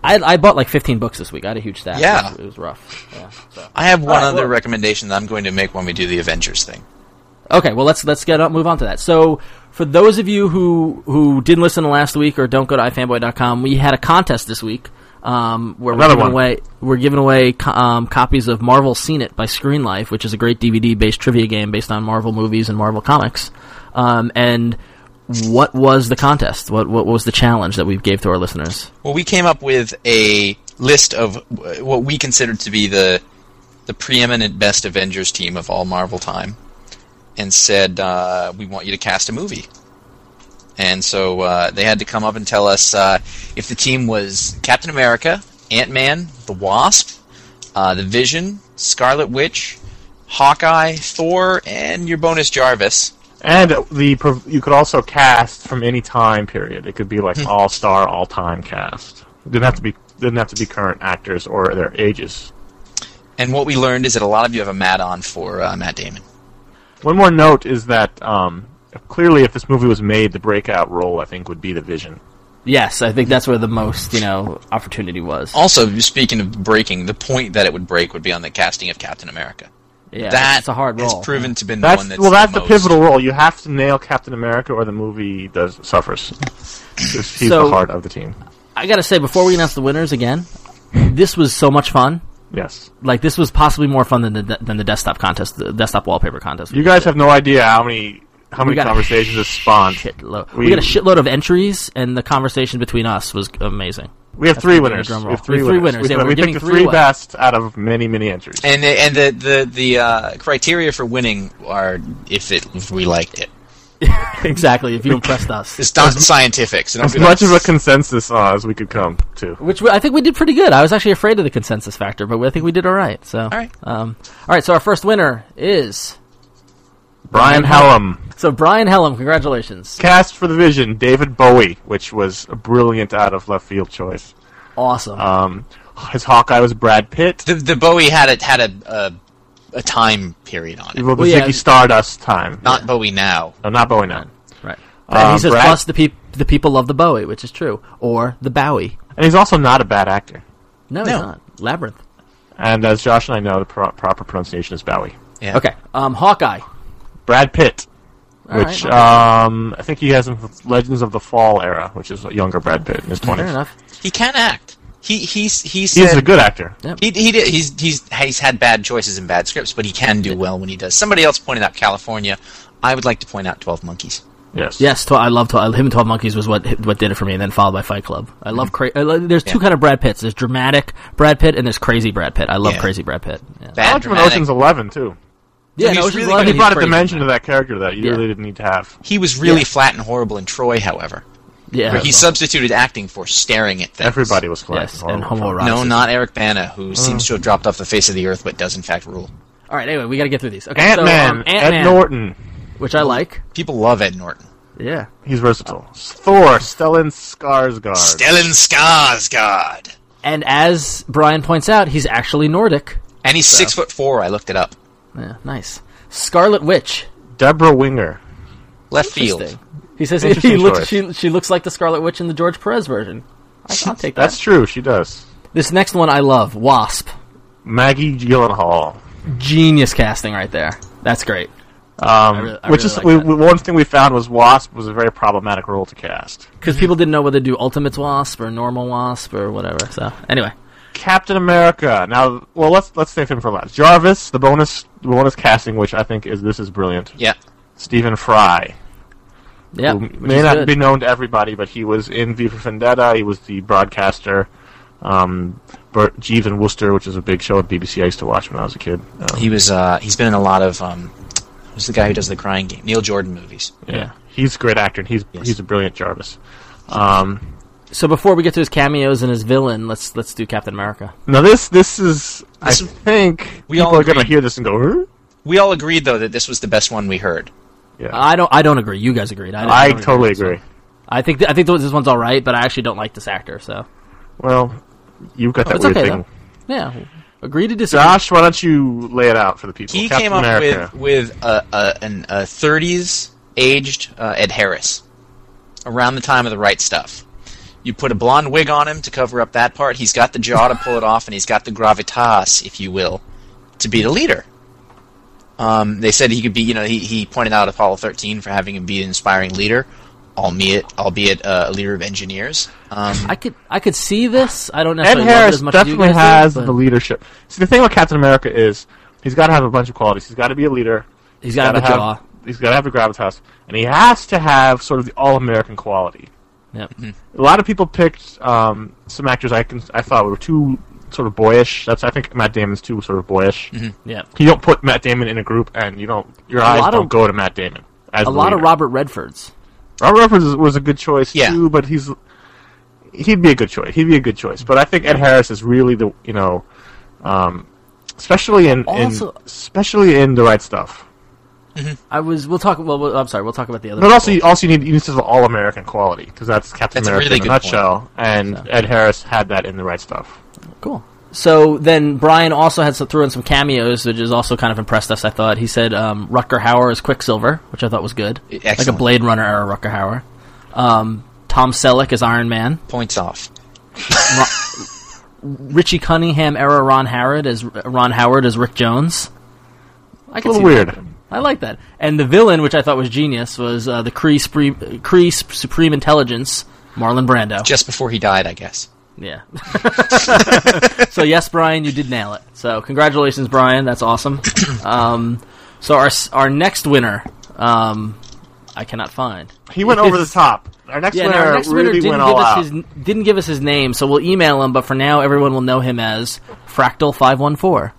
C: I, I bought like fifteen books this week. I had a huge stack.
A: Yeah.
C: it was, it was rough. Yeah, so.
A: I have one
C: Alright,
A: other
C: well-
A: recommendation that I'm going to make when we do the Avengers thing.
C: Okay, well let's let's get up, move on to that. So for those of you who who didn't listen to last week or don't go to ifanboy.com, we had a contest this week. um, where
D: Another
C: we're giving
D: one.
C: away we're giving away co- um, copies of Marvel Seen It by Screen Life, which is a great DVD based trivia game based on Marvel movies and Marvel comics. Um, and what was the contest? What what was the challenge that we gave to our listeners?
A: Well, we came up with a list of uh, what we considered to be the the preeminent best Avengers team of all Marvel time, and said uh, we want you to cast a movie. And so uh, they had to come up and tell us uh, if the team was Captain America, Ant Man, the Wasp, uh, the Vision, Scarlet Witch, Hawkeye, Thor, and your bonus Jarvis.
D: And the prov- you could also cast from any time period. It could be like all star, all time cast. Didn't have to be didn't have to be current actors or their ages.
A: And what we learned is that a lot of you have a mat on for uh, Matt Damon.
D: One more note is that um, clearly, if this movie was made, the breakout role I think would be the Vision.
C: Yes, I think that's where the most you know opportunity was.
A: Also, speaking of breaking, the point that it would break would be on the casting of Captain America.
C: Yeah,
A: that
C: it's a hard
A: has
C: role.
A: proven to be the
D: That's
A: one that's
D: well, that's the,
A: most-
D: pivotal role. You have to nail Captain America, or the movie does suffers. 'Cause He's
C: So-
D: the heart of the team.
C: I gotta say, before we announce the winners again, this was so much fun.
D: Yes,
C: Like this was possibly more fun than the than the desktop contest, the desktop wallpaper contest.
D: you guys have no idea how many how many
C: got a
D: conversations this spawned.
C: shitload. We,
D: We-
C: got a shitload of entries, and the conversation between us was amazing.
D: We have
C: That's
D: three
C: gonna be a
D: winners. We
C: drum roll.
D: have three,
C: We have three
D: winners.
C: winners,
D: We,
C: yeah,
D: we
C: we're
D: picked
C: giving
D: the
C: three
D: three
C: away.
D: best out of many, many entries.
A: And the, and the the the uh, criteria for winning are if it if we liked it.
C: exactly. If you impressed us,
A: It's not scientific. So don't
D: as
A: be
D: much
A: like,
D: of a consensus uh, as we could come to.
C: which we, I think we did pretty good. I was actually afraid of the consensus factor, but I think we did all right. So, all
A: right.
C: um, all right. So our first winner is
D: Brian Hallam
C: so Brian Hellum. Congratulations,
D: cast for the Vision. David Bowie, which was a brilliant out of left field choice.
C: awesome.
D: Um, his Hawkeye was Brad Pitt.
A: the the Bowie had it had a, a a time period on it.
D: Well, the
C: Well, yeah.
D: Ziggy Stardust time.
A: Not Bowie now.
D: no, not Bowie now.
C: right. and
D: uh,
C: he says,
D: Brad-
C: plus the peop- the people love the Bowie, which is true, or the Bowie.
D: And he's also not a bad actor.
C: No, he's
A: No.
C: not. Labyrinth.
D: And as Josh and I know, the pro- proper pronunciation is Bowie.
A: Yeah.
C: Okay. Um, Hawkeye.
D: Brad Pitt,
C: All
D: which
C: right.
D: um, I think he has in Legends of the Fall era, which is a younger Brad Pitt in his
C: Fair
D: twenties.
C: enough.
A: He can act. He he's he said
D: He's a good actor.
A: He, he did, he's, he's, he's had bad choices and bad scripts, but he can do well when he does. Somebody else pointed out California. I would like to point out 12 Monkeys.
D: Yes.
C: Yes, tw- I love tw- him. and Twelve Monkeys was what what did it for me, and then followed by Fight Club. I love cra- I love- There's two kind of Brad Pitts. There's dramatic Brad Pitt, and there's crazy Brad Pitt. I love
A: Yeah.
C: crazy Brad Pitt. Yeah,
D: I
A: Bad
D: liked him in
A: dramatic-
D: Ocean's Eleven too.
C: yeah
A: he's
C: no, Ocean's
A: really
C: Eleven,
A: good.
D: He
C: he's
D: brought a
C: crazy.
D: dimension to that character that you
C: Yeah.
D: really didn't need to have.
A: He was really
C: Yeah.
A: flat and horrible in Troy, however.
C: Yeah,
A: Where he substituted acting for staring at things.
D: Everybody was flat.
C: yes, and
D: horrible.
C: homoerotic.
A: No, not Eric Bana, who seems to have dropped off the face of the earth but does in fact rule.
C: All right, anyway, we got to get through these. Okay,
D: Ant-Man,
C: so um,
D: Ed
C: Ant-Man,
D: Norton.
C: which I like.
A: People love Ed Norton.
C: Yeah,
D: He's versatile. Thor, Stellan Skarsgård.
A: Stellan Skarsgård.
C: and as Brian points out, he's actually Nordic.
A: And he's six foot four. I looked it up.
C: Yeah, nice. Scarlet Witch.
D: Deborah Winger.
A: Left field.
C: Interesting. He says he
D: Interesting
C: looks
D: choice.
C: she she looks like the Scarlet Witch in the George Perez version. I,
D: [LAUGHS]
C: I'll take that.
D: That's true. She does.
C: this next one I love. Wasp.
D: Maggie Gyllenhaal.
C: Genius casting right there. That's great.
D: Um,
C: really- I
D: which
C: really
D: is
C: like
D: we,
C: that.
D: we- one thing we found was Wasp was a very problematic role to cast.
C: because people didn't know whether to do Ultimate Wasp or Normal Wasp or whatever. So anyway,
D: Captain America. Now, well, let's let's save him for last. Jarvis, the bonus the bonus casting, which I think is this is brilliant.
A: Yeah.
D: Stephen Fry,
C: yeah,
D: who
C: which
D: may
C: is
D: not
C: good.
D: be known to everybody, but he was in V for Vendetta. He was the broadcaster. Um, Bert Jeeves and Worcester, which is a big show on BBC I used to watch when I was a kid. Um,
A: He was, uh, he's been in a lot of, um, who's the guy who does the crying game? Neil Jordan movies.
D: yeah, he's a great actor, and he's
A: Yes.
D: he's a brilliant Jarvis. Um,
C: So before we get to his cameos and his villain, let's let's do Captain America.
D: now this this is I
A: This-
D: think
A: we
D: people
A: all
D: are going to
A: agree.
D: hear this and go. "Huh?"
A: We all agreed, though, that this was the best one we heard.
D: Yeah,
C: I don't I don't agree. You guys agreed. I, don't-
D: I
C: don't
D: totally
C: with this
D: agree.
C: one. I think th- I think th- this one's all right, but I actually don't like this actor. So
D: Well, you've got that
C: it's
D: weird
C: okay,
D: thing.
C: though. yeah, agree to disagree.
D: Josh, why don't you lay it out for the people?
A: He
D: Captain
A: came up
D: America.
A: with with a, a, an, a 30s aged uh, Ed Harris around the time of the right stuff. You put a blonde wig on him to cover up that part. He's got the jaw to pull it off, and he's got the gravitas, if you will, to be the leader. Um, they said he could be, you know, he, he pointed out Apollo 13 for having him be an inspiring leader. albeit albeit uh, a leader of engineers. Um,
C: I could I could see this. I don't
D: Ed
C: necessarily love it
D: Harris
C: as much
D: definitely
C: as you guys
D: has
C: do, but
D: the leadership. See, the thing with Captain America is he's got to have a bunch of qualities. He's got to be a leader.
C: he's got
D: gotta
C: a jaw.
D: He's got to have the gravitas, and he has to have sort of the all-American quality.
C: Yep.
D: A lot of people picked um, some actors I can I thought were too sort of boyish. That's I think Matt Damon's too sort of boyish.
C: Yep.
D: You don't put Matt Damon in a group, and you don't your eyes
C: lot
D: don't
C: of-
D: go to Matt Damon. As
C: A
D: the
C: lot of
D: leader.
C: Robert Redfords.
D: Robert Redford was- was a good choice
A: Yeah.
D: too, but he's he'd be a good choice. He'd be a good choice, but I think Ed Harris is really the you know, um, especially in,
C: Also-
D: in especially in the right stuff.
C: I was. We'll talk. Well, well, I'm sorry. We'll talk about the other.
D: But also,
C: people.
D: you also you need you need sort of all American quality because that's Captain
A: That's a
D: America
A: really
D: in a
A: good
D: nutshell, and Ed Harris had that in the right stuff.
C: Cool. So then Brian also had some, threw in some cameos, which is also kind of impressed us. I thought he said um, Rutger Hauer as Quicksilver, which I thought was good, like a
A: Excellent.
C: Blade Runner era Rutger Hauer. Um, Tom Selleck as Iron Man,
A: points off.
C: Richie Cunningham era Ron Howard as Ron Howard as Rick Jones. I
D: A
C: can see
D: little
C: that.
D: weird.
C: I like that. And the villain, which I thought was genius, was uh, the Kree, Spree- Kree Sup- Supreme Intelligence, Marlon Brando.
A: Just before he died, I guess.
C: Yeah. [LAUGHS] so yes, Brian, you did nail it. So congratulations, Brian. That's [COUGHS] awesome. Um, so our s- our next winner, um, I cannot find.
D: He went over the top. Our next
C: Yeah,
D: winner
C: no, our next winner
D: really
C: didn't give,
D: went all
C: us
D: out.
C: his, didn't give us his name, so we'll email him. But for now, everyone will know him as Fractal Five One Four.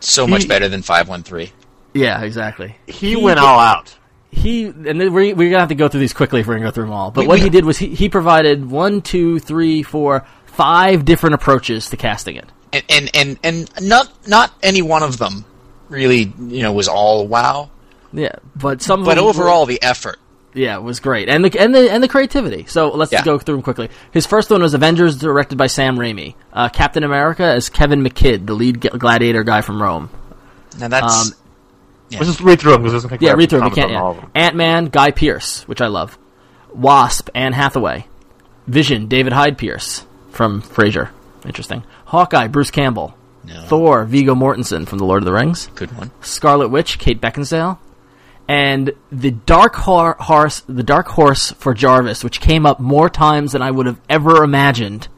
A: So much better than five one three.
C: Yeah, exactly.
D: he, went all out.
C: he and then we, we're gonna have to go through these quickly if we're gonna go through them all. But
A: We-
C: what
A: we-
C: he did was he, he provided one, two, three, four, five different approaches to casting it.
A: and and and, and not not any one of them really you know was all wow
C: Yeah, but some. of
A: but
C: them were-
A: overall the effort
C: yeah, it was great, and the and the and the creativity. So let's
A: Yeah.
C: go through them quickly. His first one was Avengers, directed by Sam Raimi. Uh, Captain America as Kevin McKidd, the lead g- gladiator guy from Rome.
A: now that's
C: Um,
D: Let's just read through him because doesn't think we
C: Yeah,
D: have
C: read through
D: to
C: them. We
D: comment
C: can't.
D: on all
C: Yeah.
D: of them.
C: Ant Man, Guy Pierce, which I love. Wasp, Anne Hathaway. Vision, David Hyde Pierce from Frasier. Interesting. Hawkeye, Bruce Campbell.
A: No.
C: Thor, Vigo Mortensen from The Lord of the Rings.
A: good one
C: Scarlet Witch, Kate Beckinsale. And the dark Hor- horse, the dark horse for Jarvis, which came up more times than I would have ever imagined.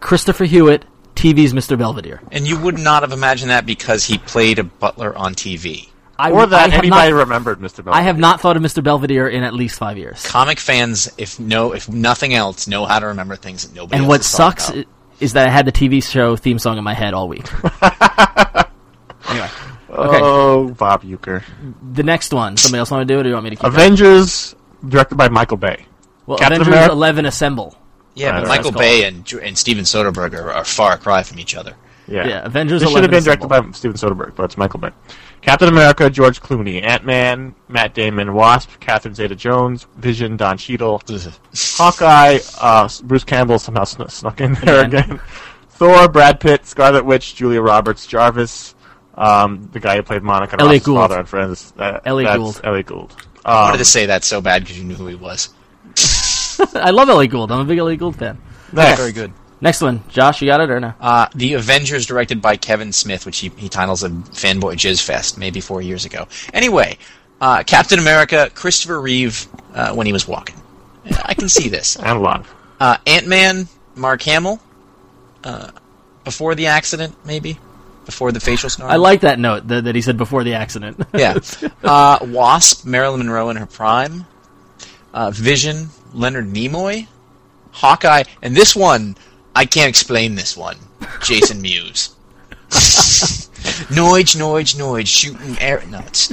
C: Christopher Hewitt, TV's Mr. Belvedere.
A: and you would not have imagined that because he played a butler on tv
C: I,
D: Or that
C: I have
D: anybody
C: not,
D: remembered, Mister.
C: I have not thought of Mr. Belvedere in at least five years.
A: comic fans if no if nothing else know how to remember things that nobody
C: And
A: else
C: what
A: has thought
C: sucks
A: about.
C: i- is that I had the TV show theme song in my head all
D: [LAUGHS]
C: week. anyway, okay.
D: Oh, Bob Euchre.
C: the next one. Somebody else want to do it, or do you want me to keep? going?
D: Avengers, directed by Michael Bay.
C: well,
D: Captain
C: Avengers
D: America-
C: Eleven Assemble.
A: yeah but
D: Alright.
A: michael
C: That's
A: bay and Ju- and steven soderbergh are, are far cry from each other [LAUGHS]
D: Yeah,
C: Yeah, Avengers
D: This should
C: 11
D: have been directed by
C: Assemble.
D: Steven Soderbergh, but it's Michael Bay. Captain America, George Clooney, Ant Man, Matt Damon, Wasp, Catherine Zeta-Jones, Vision, Don Cheadle, Hawkeye, uh, Bruce Campbell somehow sn- snuck in there
C: Again.
D: again. [LAUGHS] Thor, Brad Pitt, Scarlet Witch, Julia Roberts, Jarvis, um, the guy who played Monica
C: Elliot
D: Ross's
C: Gould.
D: father on Friends. Uh,
C: Elliot
D: that's
C: Gould.
D: Elliot Gould.
A: i
D: Um,
A: wanted to say that so bad because you knew who he was
C: I love Ellie Gould. I'm a big Ellie Gould fan.
D: next,
A: very good
C: Next one, Josh, you got it or no?
A: Uh, the Avengers, directed by Kevin Smith, which he, he titles a fanboy jizz fest, maybe four years ago. Anyway, uh, Captain America, Christopher Reeve uh, when he was walking. Yeah, I can see
C: [LAUGHS]
A: this.
D: And a lot.
A: Uh, Ant Man, Mark Hamill, uh, before the accident, maybe before the facial snarl.
C: I like that note that, that he said before the accident. [LAUGHS]
A: Yeah. Uh, Wasp, Marilyn Monroe in her prime. Uh, Vision, Leonard Nimoy, Hawkeye, and this one, I can't explain this one. Jason Mewes. [LAUGHS] Noige, Noige, Noige, shooting air. No, it's.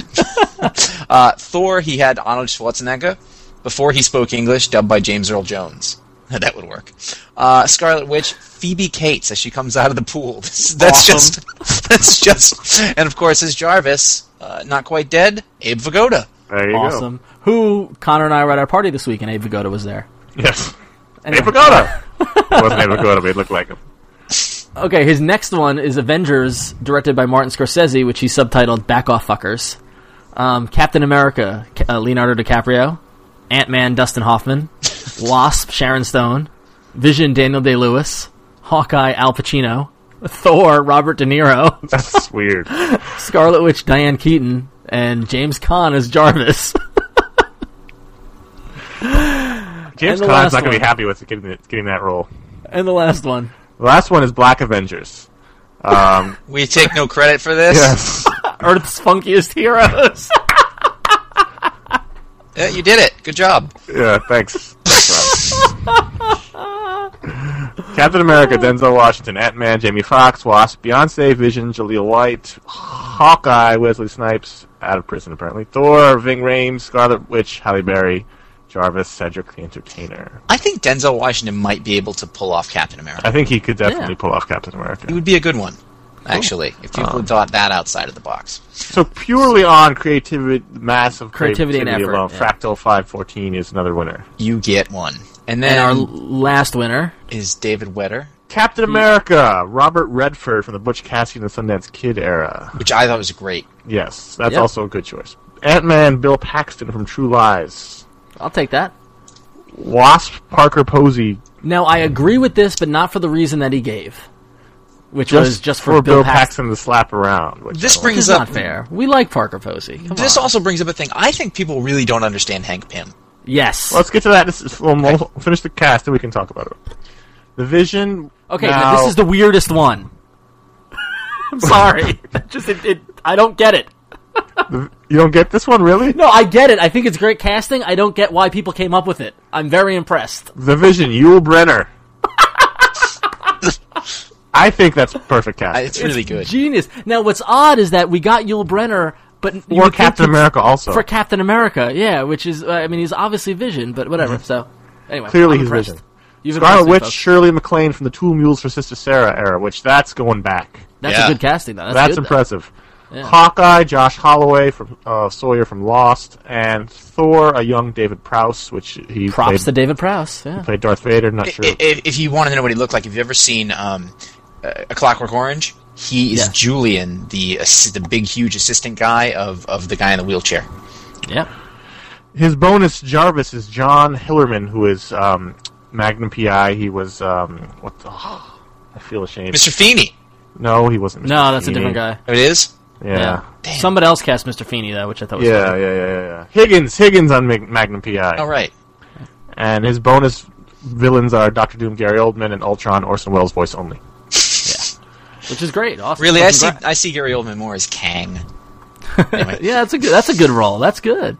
A: uh, Thor, he had Arnold Schwarzenegger before he spoke English, dubbed by James Earl Jones. [LAUGHS] that would work. Uh, Scarlet Witch, Phoebe Cates as she comes out of the pool. [LAUGHS] This- that's
D: Awesome.
A: just. [LAUGHS] That's just. And of course, as Jarvis, uh, not quite dead, Abe Vigoda.
D: There you
C: awesome. Who Connor and I were at our party this week, and Abe Vigoda was there.
D: go. Yes.
C: Anyway. [LAUGHS]
D: Abe Vigoda. it wasn't Abe Vigoda, but it looked like him.
C: Okay, his next one is Avengers, directed by Martin Scorsese, which he subtitled "Back Off Fuckers." Um, Captain America, Ca- uh, Leonardo DiCaprio, Ant Man, Dustin [LAUGHS] Hoffman, Wasp, Sharon Stone, Vision, Daniel Day Lewis, Hawkeye, Al Pacino, Thor, Robert De [LAUGHS] Niro,
D: That's weird.
C: Scarlet Witch, Diane Keaton, and James Caan as Jarvis.
D: James
C: the last
D: Conn's not going to
C: one.
D: be happy with getting, it- getting that role.
C: [LAUGHS] And the last one.
D: The last one is Black Avengers. Um,
A: We take no credit for this.
D: yes.
C: Earth's funkiest heroes.
A: Yeah, you did it. Good job.
D: Yeah, thanks.
C: [LAUGHS]
D: Thanks, Rob. Captain America, Denzel Washington, Ant Man, Jamie Foxx, Wasp, Beyonce, Vision, Jaleel White, Hawkeye, Wesley Snipes, out of prison apparently, Thor, Ving Rhames, Scarlet Witch, Halle Berry, Jarvis, Cedric the Entertainer.
A: I think Denzel Washington might be able to pull off Captain America.
D: I think he could definitely
C: Yeah.
D: pull off Captain
A: He
D: America.
A: would be a good one, actually, if people had thought that outside of the box.
D: So purely on creativity, massive
C: Creativity
D: creativity,
C: and effort,
D: alone,
C: yeah.
D: Fractal 514 is another winner.
A: You get one. And then
C: [LAUGHS] And [LAUGHS] our last winner.
A: is David Wetter,
D: Captain America, Robert Redford from the Butch Cassidy and the Sundance Kid era.
A: which I thought was great.
D: Yes, that's
C: Yep.
D: also a good choice. Ant Man, Bill Paxton from True Lies.
C: I'll take that.
D: Wasp, Parker Posey,
C: Now I agree with this, but not for the reason that he gave, which was just for,
D: Bill,
C: Paxton.
D: Paxton to slap around. Which
A: This
D: I like.
C: Which is
A: brings up
C: not fair. We like Parker Posey. Come
A: This
C: on.
A: also brings up a thing. I think people really don't understand Hank Pym.
C: yes.
D: Let's get to that. This is, we'll, we'll finish the cast, and we can talk about it. The Vision.
C: okay,
D: now,
C: now this is the weirdest
D: [LAUGHS]
C: one. I'm sorry. [LAUGHS] just it, it. I don't get it.
D: You don't get this one, really?
C: No, I get it. I think it's great casting. I don't get why people came up with it. I'm very impressed.
D: The Vision, Yul Brenner. I think that's
C: [LAUGHS]
D: perfect
A: I-
D: casting.
A: It's really good.
C: Genius. Now, what's odd is that we got Yul Brenner, but you would
D: or
C: think
D: Captain
C: he'd-
D: America, also.
C: for Captain America. Yeah, which is uh, I mean he's obviously Vision, but whatever. So anyway,
D: Mm-hmm. Clearly
C: I'm
D: he's
C: impressed.
D: Vision.
C: You've
D: Scarlet
C: impressed me,
D: Witch,
C: folks.
D: Shirley MacLaine from the Two Mules for Sister Sarah era, which that's going back.
C: That's
A: Yeah.
C: a good casting though. That's,
D: That's,
C: good, though.
D: impressive. Hawkeye, Josh Holloway from uh, Sawyer from Lost, and Thor, a young David Prowse, which he
C: Props to
D: played,
C: David Prowse. Yeah.
D: played Darth Vader. Not sure.
A: I- If, if you want to know what he looked like, if you've ever seen um, uh, A Clockwork Orange, he is
C: Yeah.
A: Julian, the ass- the big, huge assistant guy of, of the guy in the wheelchair.
C: Yep.
D: His bonus Jarvis is John Hillerman, who is um, Magnum PI. He was um, what? The, [SIGHS] I feel ashamed.
A: Mr. Feeney.
D: No, he wasn't. Mr.
C: No, that's a
D: Feeney.
C: different guy.
A: It is?
D: Yeah. Yeah.
A: Damn.
C: Somebody else cast Mr. Feeney though, which I thought was
D: Yeah, yeah, yeah, yeah. Higgins, Higgins on Mag- Magnum PI,
A: All right.
D: and his bonus villains are Doctor Doom, Gary Oldman, and Ultron, Orson Welles voice only.
C: which is great. Awesome.
A: Really,
C: Well,
A: I see,
C: congrats.
A: I see Gary Oldman more as Kang.
C: Yeah, that's a good. That's a good role. That's good.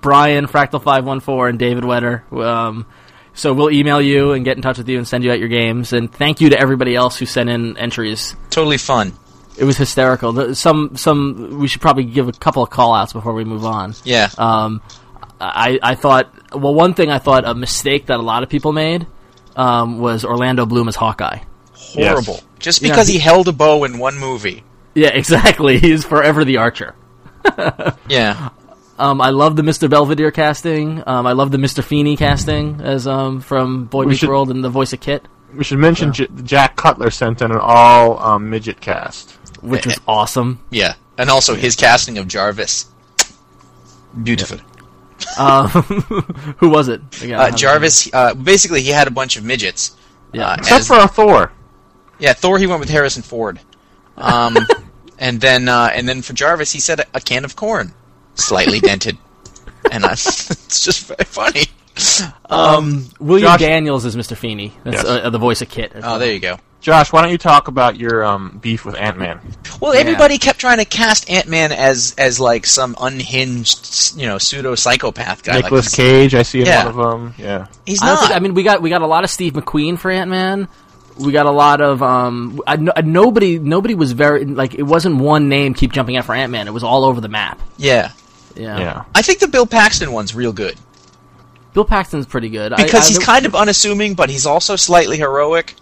C: Brian Fractal five one four and David Wetter. Um, so we'll email you and get in touch with you and send you out your games. And thank you to everybody else who sent in entries.
A: Totally fun.
C: It was hysterical. The- Some some we should probably give a couple of call outs before we move on.
A: Yeah.
C: Um, I I thought well one thing I thought a mistake that a lot of people made um, was Orlando Bloom as Hawkeye.
A: Horrible.
D: Yes.
A: Just
C: Yeah.
A: because he held a bow in one movie.
C: Yeah, [LAUGHS] exactly. He's forever the Archer.
A: Yeah.
C: Um, I love the Mr. Belvedere casting. Um, I love the Mr. Feeney casting as um, from Boy Meets
D: should-
C: World and the voice of Kit,
D: We should mention J- Jack Cutler sent in an all um, midget cast.
C: which was awesome.
A: Yeah. And also his casting of Jarvis. Beautiful.
C: Who was it? Again, I
A: Uh,
C: haven't-
A: Jarvis, uh, basically, he had a bunch of midgets.
C: Yeah.
A: Uh,
D: Except
A: as-
D: for our Thor.
A: Yeah, Thor. He went with Harrison Ford, um, and then uh, and then for Jarvis, he said a, a can of corn, slightly dented, and I, [LAUGHS] it's just very funny.
C: William
D: Josh-
C: Daniels is Mr. Feeney. That's
D: Yes.
C: uh, uh, the voice of Kit.
A: Oh, there you go.
D: Josh, why don't you talk about your um, beef with Ant Man?
A: Well, everybody kept trying to cast Ant Man as as like some unhinged, you know, pseudo psychopath guy.
D: Nicholas
A: like,
D: Cage, I see in
A: Yeah.
D: one of them. Yeah.
A: he's not.
C: Honestly, I mean, we got we got a lot of Steve McQueen for Ant Man. We got a lot of um. I, kn- nobody nobody was very like it wasn't one name keep jumping out for Ant Man. It was all over the map.
A: yeah,
C: Yeah.
D: Yeah.
A: I think the Bill Paxton one's real good
C: Bill Paxton's pretty good I-
A: because
C: I-
A: he's kind of unassuming, but he's also slightly heroic,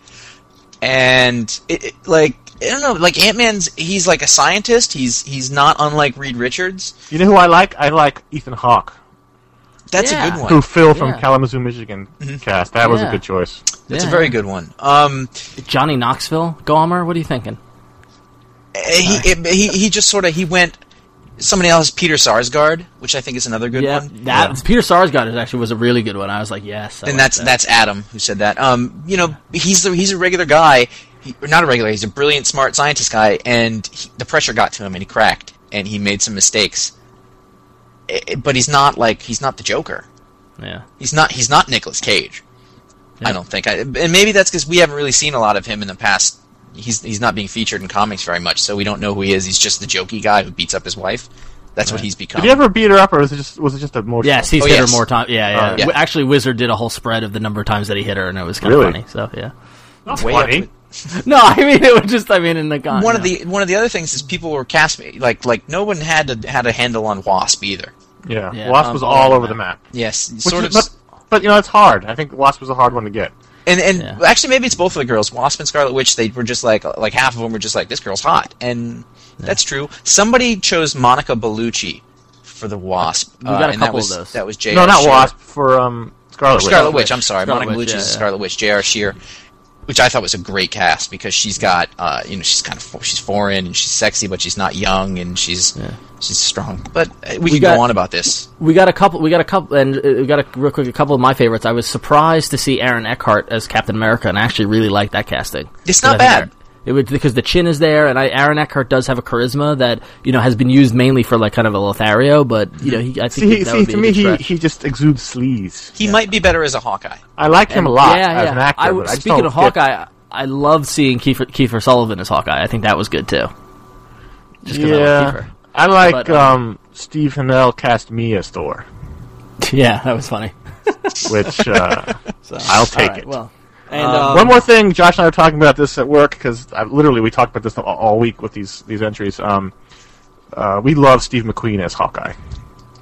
A: and it, it- like. I don't know, like Ant Man's. He's like a scientist. He's he's not unlike Reed Richards.
D: You know who I like? I like Ethan Hawke,
A: That's
C: Yeah.
A: a good one.
D: who Phil from
C: Yeah.
D: Kalamazoo, Michigan
A: Mm-hmm.
D: cast. That was
C: Yeah.
D: a good choice.
A: That's
C: Yeah,
A: a very good one. Um,
C: Johnny Knoxville Gomer. What are you thinking?
A: he, it- he he just sort of he went. Somebody else, Peter Sarsgaard, which I think is another good
C: yeah,
A: one.
C: that Peter Sarsgaard is actually was a really good one. I was like, yes. I
A: and
C: like
A: that's
C: that.
A: that's Adam who said that. Um, you know, he's the, he's a regular guy, he, or not a regular. He's a brilliant, smart scientist guy, and he, the pressure got to him, and he cracked, and he made some mistakes. I- I- but he's not like he's not the Joker.
C: Yeah.
A: He's not. He's not Nicolas Cage. I don't think. I, and maybe that's because we haven't really seen a lot of him in the past. He's he's not being featured in comics very much, so we don't know who he is. He's just the jokey guy who beats up his wife. That's what he's become.
D: Did he ever beat her up, or was it just was it just emotional?
C: Yes, he's
A: Oh,
C: hit
A: yes.
C: her more times. Yeah, yeah.
D: Alright.
C: W- Actually, Wizard did a whole spread of the number of times that he hit her, and it was kind of
D: Really?
C: funny. So yeah. [LAUGHS]
D: Not
A: Way up
D: funny.
A: to-
C: No, I mean it was just. I mean, in the con-
A: one
C: you
A: of the
C: know.
A: one of the other things is people were cast like like no one had a, had a handle on Wasp either.
D: Yeah,
C: Yeah.
D: Wasp was
C: Um,
D: all over the map.
A: Yes,
D: Which
A: sort
D: is-
A: of. s-
D: but, but you know, it's hard. I think Wasp was a hard one to get.
A: And and
C: Yeah.
A: actually, maybe it's both of the girls, Wasp and Scarlet Witch. They were just like like half of them were just like this girl's hot, and that's true. Somebody chose Monica Bellucci for the Wasp. uh,
C: We've got a
A: and that
C: couple of
A: was,
C: those.
A: That was J.
D: no, not
A: Shearer.
D: Wasp for um Scarlet. Witch.
A: Scarlet Witch. I'm sorry,
C: Scarlet
A: Monica
C: Witch,
A: Bellucci
C: yeah,
A: is
C: yeah.
A: Scarlet Witch. J.R. Shear, which I thought was a great cast because she's got uh, you know she's kind of she's foreign and she's sexy, but she's not young and she's she's strong. But uh, we, can
C: got-
A: go on about this.
C: we got a couple. We got a couple, and uh, we got a real quick. A couple of my favorites. I was surprised to see Aaron Eckhart as Captain America, and I actually really liked that casting.
A: It's
C: Because
A: not
C: I think
A: bad.
C: Aaron- It would because the chin is there, and I, Aaron Eckhart does have a charisma that you know has been used mainly for like kind of a Lothario, but you know he, I think
D: See, he,
C: that
D: see
C: would be
D: to
C: a
D: me,
C: good
D: he,
C: stretch.
D: he just exudes sleaze.
A: He might be better as a Hawkeye.
D: I like him a lot
C: Yeah,
D: as
C: yeah.
D: an actor.
C: I,
D: but
C: would-
D: I just
C: speaking
D: don't
C: of
D: get-
C: Hawkeye, I love seeing Kiefer, Kiefer Sullivan as Hawkeye. I think that was good too. Just 'cause I love
D: yeah, I like
C: But, um,
D: um, Steve Hannell cast me as Thor,
C: Kiefer. [LAUGHS] Yeah, that was funny. [LAUGHS]
D: which uh,
C: So,
D: I'll take
C: alright,
D: it.
C: Well, and um,
D: One more thing, Josh and I were talking about this at work because literally we talked about this all- all week with these these entries. Um, uh, we love Steve McQueen as Hawkeye.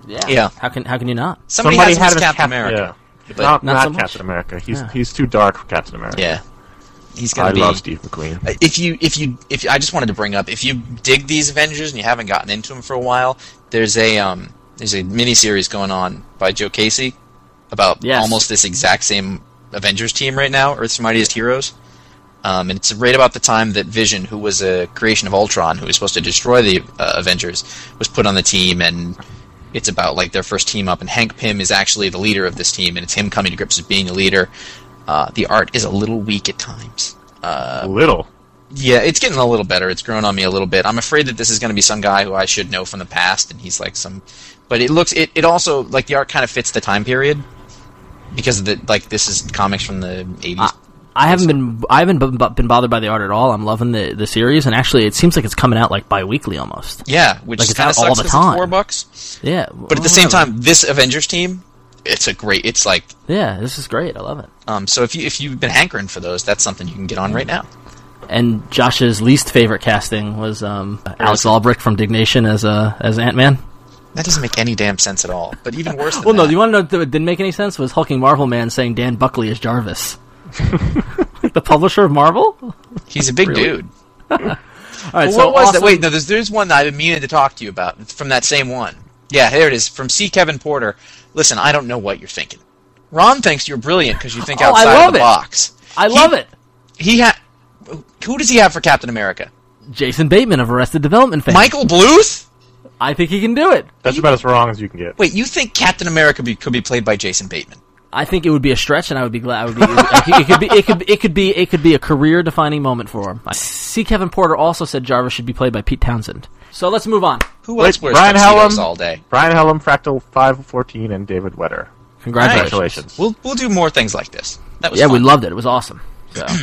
C: yeah.
A: Yeah.
C: How can how can you not?
A: Somebody, has him as Captain America.
D: Yeah.
A: but-
D: not
C: Not
D: not
C: so much.
D: Captain America. He's
C: Yeah.
D: he's too dark for Captain America.
A: Yeah, he's gonna
D: I
A: be.
D: love Steve McQueen.
A: if you if you if I just wanted to bring up if you dig these Avengers and you haven't gotten into them for a while, there's a um there's a mini series going on by Joe Casey about
C: Yes.
A: almost this exact same Avengers team right now, Earth's Mightiest Heroes. Um, and it's right about the time that Vision, who was a creation of Ultron, who was supposed to destroy the uh, Avengers, was put on the team, and it's about like their first team up. And Hank Pym is actually the leader of this team, and it's him coming to grips with being a leader. Uh, the art is a little weak at times.
D: Little.
A: Yeah, it's getting a little better. It's grown on me a little bit. I'm afraid that this is going to be some guy who I should know from the past, and he's like some. But it looks it, it also like the art kind of fits the time period because of the like this is comics from the 80s.
C: Ah. I haven't been I haven't been, been bothered by the art at all. I'm loving the, the series, and actually, it seems like it's coming out like bi-weekly almost.
A: yeah, which
C: like, it's
A: kind of
C: out all
A: sucks 'cause
C: the time.
A: it's four bucks.
C: Yeah,
A: But at the same time, this Avengers team, it's a great. It's like
C: yeah, this is great. I love it.
A: um. So if you if you've been hankering for those, that's something you can get on right now.
C: And Josh's least favorite casting was um, Alex Albrecht from Dignation as uh, as Ant Man.
A: That doesn't make any damn sense at all. But even worse. Than
C: Well, no,
A: that-
C: you want to know what didn't make any sense was hulking Marvel man saying Dan Buckley is Jarvis, [LAUGHS] the publisher of Marvel. All
A: he's a big dude.
C: right,
A: Well,
C: so
A: what was
C: awesome-
A: that? Wait, no, there's there's one that I've been meaning to talk to you about It's from that same one. Yeah, there it is from C. Kevin Porter. Listen, I don't know what you're thinking. Ron thinks you're brilliant because you think
C: Oh, I
A: outside
C: love
A: of the
C: it.
A: box.
C: I love it.
A: He ha- who does he have for Captain America?
C: Jason Bateman of Arrested Development fame.
A: Michael Bluth?
C: I think he can do it.
D: That's about as wrong as you can get.
A: Wait, you think Captain America be, could be played by Jason Bateman?
C: I think it would be a stretch, and I would be glad. I would be, it could be. It could. It could be. It could be a career-defining moment for him. I see, Kevin Porter also said Jarvis should be played by Pete Townsend. So let's move on.
A: Who
D: Wait,
A: else wears
D: Brian
A: tuxedos
D: Hallam?
A: all day?
D: Brian Hellum, Fractal Five Fourteen, and David Wetter.
C: Congratulations.
D: Congratulations.
A: We'll we'll do more things like this. That was
C: Yeah, we
A: fun.
C: loved it. It was awesome. So. [CLEARS THROAT]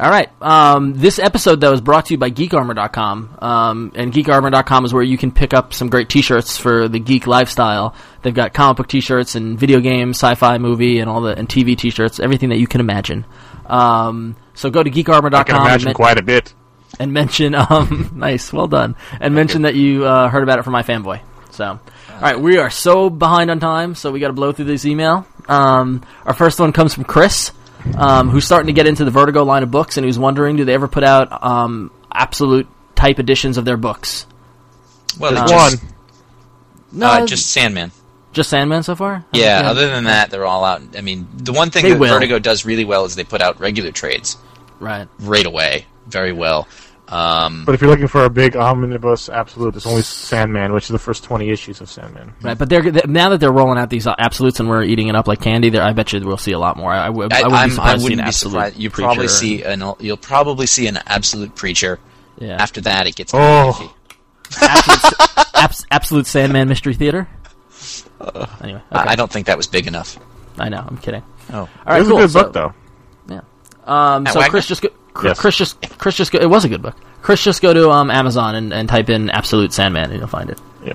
C: All right. Um, this episode, though, is brought to you by geekarmor.com. Um, and geekarmor.com is where you can pick up some great t shirts for the geek lifestyle. They've got comic book t shirts and video games, sci fi movie, and all the and TV t shirts, everything that you can imagine. Um, so go to geekarmor.com.
D: I can imagine
C: and-
D: quite a bit.
C: and mention [LAUGHS] um nice well done and mention that you uh, heard about it from my fanboy so all right we are so behind on time so we got to blow through this email um, our first one comes from chris um, who's starting to get into the vertigo line of books and who's wondering do they ever put out um, absolute type editions of their books
A: well, they
D: One.
A: just,
C: no Oh,
A: uh, just Sandman.
C: just sandman so far I
A: Yeah,
C: think,
A: other than that, they're all out. I mean, the one thing
C: They
A: that
C: will.
A: Vertigo does really well is they put out regular trades.
C: right
A: right away very well. Um,
D: But if you're looking for a big omnibus absolute, there's only Sandman, which is the first 20 issues of Sandman.
C: Right, but they're th- now that they're rolling out these uh, absolutes and we're eating it up like candy. There, I bet you we'll see a lot more. I, I, would- I
A: I,
C: wouldn't
A: I'm- I
C: be surprised. to see
A: wouldn't
C: an
A: be
C: absolute
A: surprised. You probably
C: preacher.
A: see an you'll probably see an absolute preacher.
C: Yeah.
A: After that, it gets
D: Oh.
A: oh.
C: Absolute, abs- absolute Sandman Mystery Theater.
D: Uh,
C: Anyway,
A: I-
C: okay.
A: I don't think that was big enough.
C: I know. I'm kidding.
A: Oh,
C: All right,
D: it was
C: cool.
D: a good
C: so,
D: book though.
C: Yeah. Um,
A: Matt
C: so
A: Wagner?
C: Chris just go, Chris,
D: Yes.
C: Chris just Chris just go, it was a good book. Chris just go to um, Amazon and, and type in Absolute Sandman and you'll find it.
D: Yeah.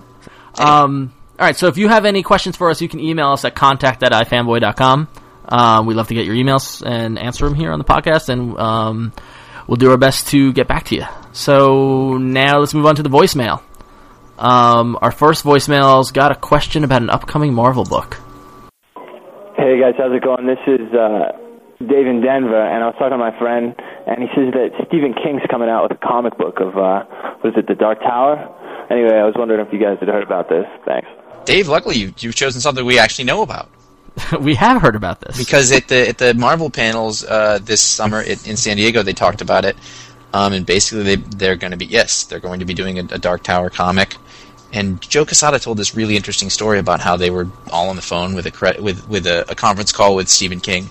C: Um, all right. So if you have any questions for us, you can email us at contact at ifanboy.com. Um, we love to get your emails and answer them here on the podcast, and um, we'll do our best to get back to you. So now let's move on to the voicemail. Um, our first voicemail's got a question about an upcoming Marvel book. [LAUGHS]
E: Hey guys, how's it going? This is uh, Dave in Denver, and I was talking to my friend, and he says that Stephen King's coming out with a comic book of uh, what is it, The Dark Tower? Anyway, I was wondering if you guys had heard about this. Thanks.
A: Dave, luckily you, you've chosen something we actually know about
C: we have heard about this.
A: because at the at the Marvel panels uh, this summer it, in San Diego they talked about it, um, and basically they they're going to be yes they're going to be doing a, a Dark Tower comic, and Joe Quesada told this really interesting story about how they were all on the phone with a cre- with with a, a conference call with Stephen King,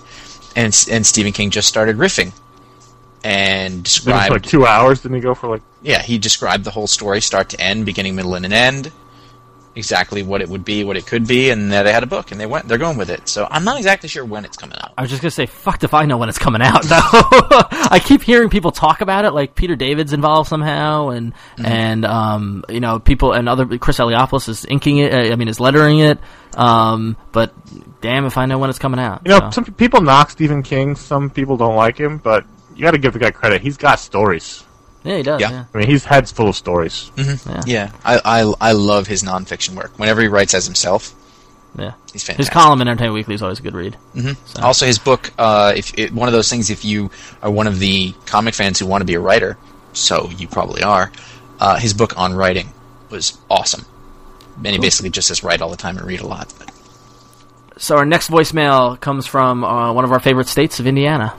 A: and S- and Stephen King just started riffing, and
D: Didn't it
A: described
D: for like two hours. Didn't he go for like?
A: yeah, he described the whole story, start to end, beginning, middle, and an end, exactly what it would be, what it could be, and uh, they had a book, and they went, they're going with it. So I'm not exactly sure when it's coming out.
C: I was just gonna say, fucked if I know when it's coming out. [LAUGHS] Though I keep hearing people talk about it, like Peter David's involved somehow, and
A: Mm-hmm.
C: and um, you know, people and other Chris Eliopoulos is inking it. uh, I mean, is lettering it. Um, but damn if I know when it's coming out.
D: You know,
C: so.
D: some people knock Stephen King. Some people don't like him, but you got to give the guy credit. He's got stories.
C: yeah, he does.
A: Yeah.
C: Yeah.
D: I mean, his head's full of stories.
A: Yeah, I, I, I love his nonfiction work. Whenever he writes as himself,
C: yeah.
A: he's
C: His
A: fantastic.
C: column in Entertainment Weekly is always a good read.
A: also, his book, uh, if it, one of those things, if you are one of the comic fans who want to be a writer, so you probably are, uh, his book on writing was awesome. And he basically just says write all the time and read a lot. But
C: So our next voicemail comes from uh, one of our favorite states of Indiana.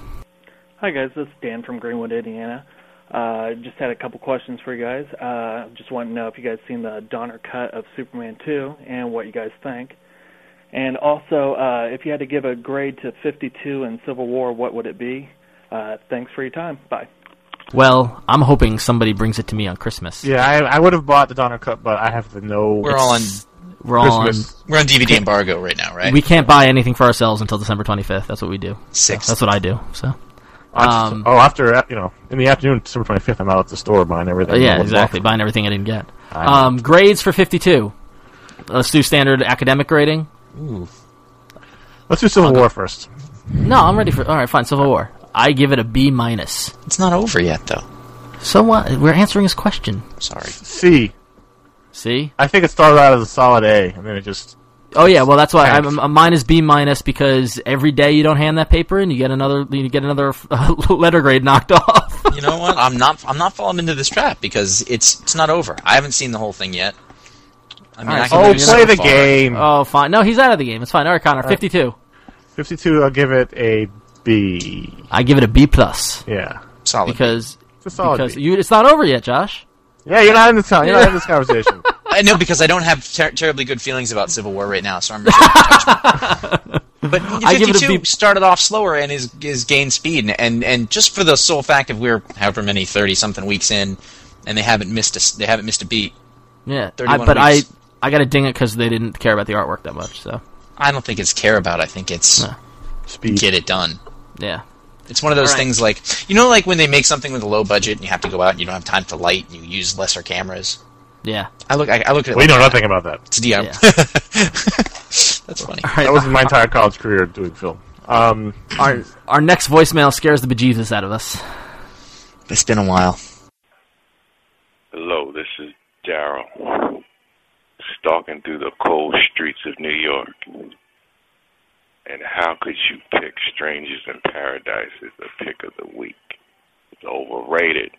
F: Hi guys, this is Dan from Greenwood, Indiana. Uh, just had a couple questions for you guys. Uh, just wanted to know if you guys seen the Donner cut of Superman 2 and what you guys think. And also, uh, if you had to give a grade to 52 in Civil War, what would it be? Uh, thanks for your time. Bye.
C: Well, I'm hoping somebody brings it to me on Christmas.
D: Yeah, I, I would have bought the Donner Cup, but I have the no.
A: we're all on
C: We're all on-
D: Christmas.
A: we're on DVD embargo right now, right?
C: We can't buy anything for ourselves until December 25th. That's what we do.
A: Six.
C: That's what I do. So.
D: I just-
C: Um,
D: oh, after uh, you know, in the afternoon, December twenty fifth, I'm out at the store buying everything.
C: Oh, yeah,
D: Blah, blah, blah.
C: exactly. Buying everything I didn't get.
D: know.
C: Um, grades for 52. Let's do standard academic grading.
D: Let's do Civil War first.
C: No, I'm ready for. All right, fine. Civil War. I give it a B minus.
A: It's not over yet, though.
C: So what? We're answering his question.
A: Sorry.
D: C.
C: See?
D: I think it started out as a solid A, and then it just
C: Oh yeah. Well, that's why I'm, I'm mine is B minus because every day you don't hand that paper and you get another you get another uh, [LAUGHS] letter grade knocked off.
A: You know what? I'm not. I'm not falling into this trap because it's it's not over. I haven't seen the whole thing yet. I mean,
C: All right,
A: I can
D: oh,
A: go so
D: play the
A: far.
D: game.
C: oh, fine. No, he's out of the game. It's fine. All right, Connor. 52.
D: Fifty two. I'll give it a B.
C: I give it a B plus
D: Yeah,
A: Solid.
C: because
D: it's a solid
C: because
D: B.
C: you it's not over yet, Josh.
D: yeah, you're not in this. con- You're not in this conversation.
A: I know because I don't have ter- terribly good feelings about Civil War right now, so I'm. reserving
C: [LAUGHS]
A: judgment. But
C: I give it a
A: 52
C: B-
A: started off slower and is is gained speed and and just for the sole fact of we're however many thirty something weeks in, and they haven't missed a s- they haven't missed a beat.
C: Yeah. I,
A: 31
C: but
A: weeks.
C: I I got to ding it because they didn't care about the artwork that much. So
A: I don't think it's care about. I think it's
D: Speed.
A: get it done.
C: yeah.
A: It's one of those
C: All right.
A: things like you know, like when they make something with a low budget and you have to go out and you don't have time to light and you use lesser cameras.
C: Yeah.
A: I look, I, I look at it.
D: We
A: like
D: know nothing about that.
A: it's DM.
C: Yeah.
A: [LAUGHS] That's funny.
D: That was my entire college career doing film. Um,
C: our our next voicemail scares the bejesus out of us.
A: It's been a while.
G: Hello, this is Daryl, stalking through the cold streets of New York. And how could you pick Strangers in Paradise as the pick of the week? It's overrated.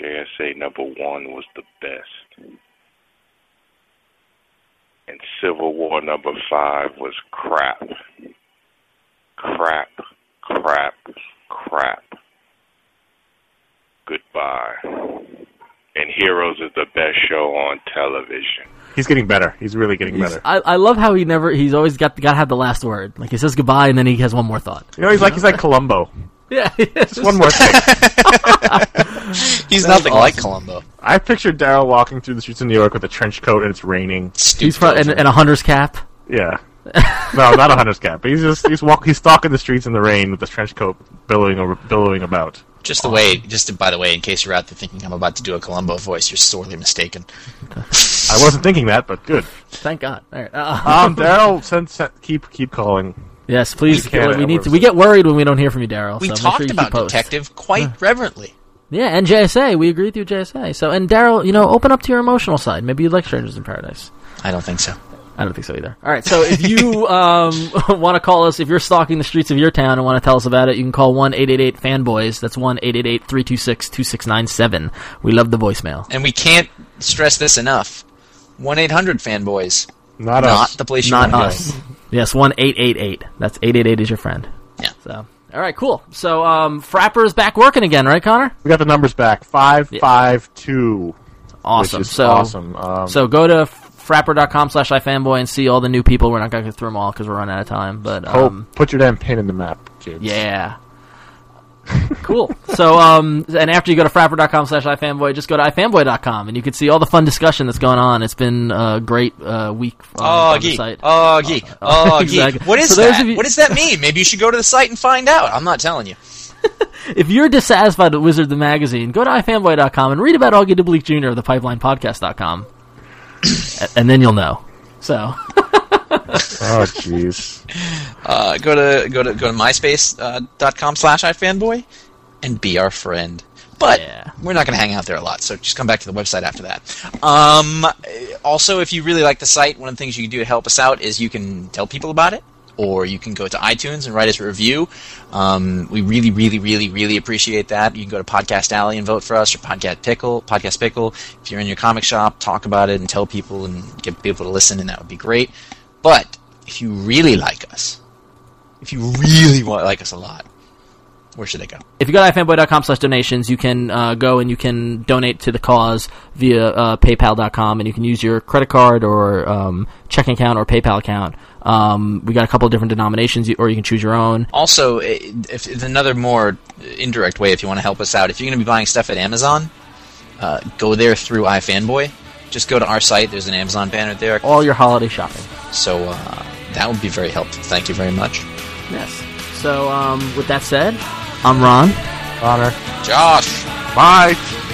G: JSA number one was the best. And Civil War number five was crap. Crap, crap, crap. Goodbye and Heroes is the best show on television.
D: he's getting better. He's really getting better.
C: I, I love how he never he's always got got to have the last word. Like he says goodbye and then he has one more thought.
D: You know, he's like he's like Columbo.
C: [LAUGHS] Yeah.
D: Just one more thing.
A: He's nothing like Columbo.
D: I pictured Daryl walking through the streets of New York with a trench coat and it's raining.
A: Stupid.
C: He's from and, and a hunter's cap.
D: Yeah. no, not a hunter's cap. But he's just he's walk he's stalking the streets in the rain with this trench coat billowing over, billowing about.
A: just the way. Just by the way, in case you're out there thinking I'm about to do a Columbo voice, you're sorely mistaken.
D: I wasn't thinking that, but good.
C: Thank God. All right. Uh,
D: [LAUGHS] Um, Daryl, send, send, keep keep calling.
C: yes, please.
D: You can't
C: we need to,
D: outwork
C: we get worried when we don't hear from you, Daryl.
A: We
C: so make sure
A: talked
C: you keep
A: about
C: post.
A: detective quite reverently.
C: Yeah, and JSA. We agree with you, JSA. So, and Daryl, you know, open up to your emotional side. Maybe you like Strangers in Paradise.
A: I don't think so.
C: I don't think so either. All right. So if [LAUGHS] you um, want to call us, if you're stalking the streets of your town and want to tell us about it, you can call 1 888 Fanboys. That's 1 888 326 2697. We love the voicemail.
A: And we can't stress this enough. One eight hundred fanboys.
D: Not,
A: Not
D: us.
A: the place you
C: Not
A: want
C: us. yes, 1 888. That's 888 is your friend.
A: Yeah.
C: So, all right, cool. So um, Frapper's back working again, right, Connor?
D: we got the numbers back. Five five two.
C: Awesome.
D: Which is
C: so
D: awesome. Um,
C: So go to frapper.com slash ifanboy and see all the new people. We're not going to through them all because we're running out of time. But
D: oh,
C: um,
D: put your damn pin in the map, kids.
C: Yeah. cool. So, um, and after you go to frapper.com slash ifanboy, just go to ifanboy.com and you can see all the fun discussion that's going on. It's been a great uh, week on,
A: Oh,
C: on the
A: gee.
C: site.
A: Oh, gee. Oh,
C: [LAUGHS] Exactly.
A: gee. What is
C: For those
A: that?
C: of you-
A: What does that mean? Maybe you should go to the site and find out. I'm not telling you.
C: If you're dissatisfied with Wizard the Magazine, go to ifanboy.com and read about Augie DeBleek Jr. of the pipelinepodcast.com. A- [COUGHS] and then you'll know. So,
D: Oh,
C: [LAUGHS]
D: jeez.
A: Uh, go to go to go to myspace.com uh, dot com slash ifanboy and be our friend. But
C: Yeah.
A: we're not going to hang out there a lot, so just come back to the website after that. Um, also, if you really like the site, one of the things you can do to help us out is you can tell people about it, or you can go to iTunes and write us a review. Um, we really, really, really, really appreciate that. You can go to Podcast Alley and vote for us, or Podcast Pickle, Podcast Pickle. If you're in your comic shop, talk about it and tell people and get people to listen, and that would be great. But if you really like us, if you really want like us a lot, where should they go?
C: if you go to ifanboy.com slash donations you can uh, go and you can donate to the cause via uh, paypal.com and you can use your credit card or um, checking account or paypal account um, we got a couple of different denominations you- or you can choose your own
A: Also, i- if, if another more indirect way, if you want to help us out, if you're going to be buying stuff at Amazon, uh, go there through iFanboy. Just go to our site. There's an Amazon banner there.
C: all your holiday shopping
A: So uh, that would be very helpful. Thank you very much.
C: yes so um, with that said i'm ron
D: Connor.
A: Josh!
D: Bye.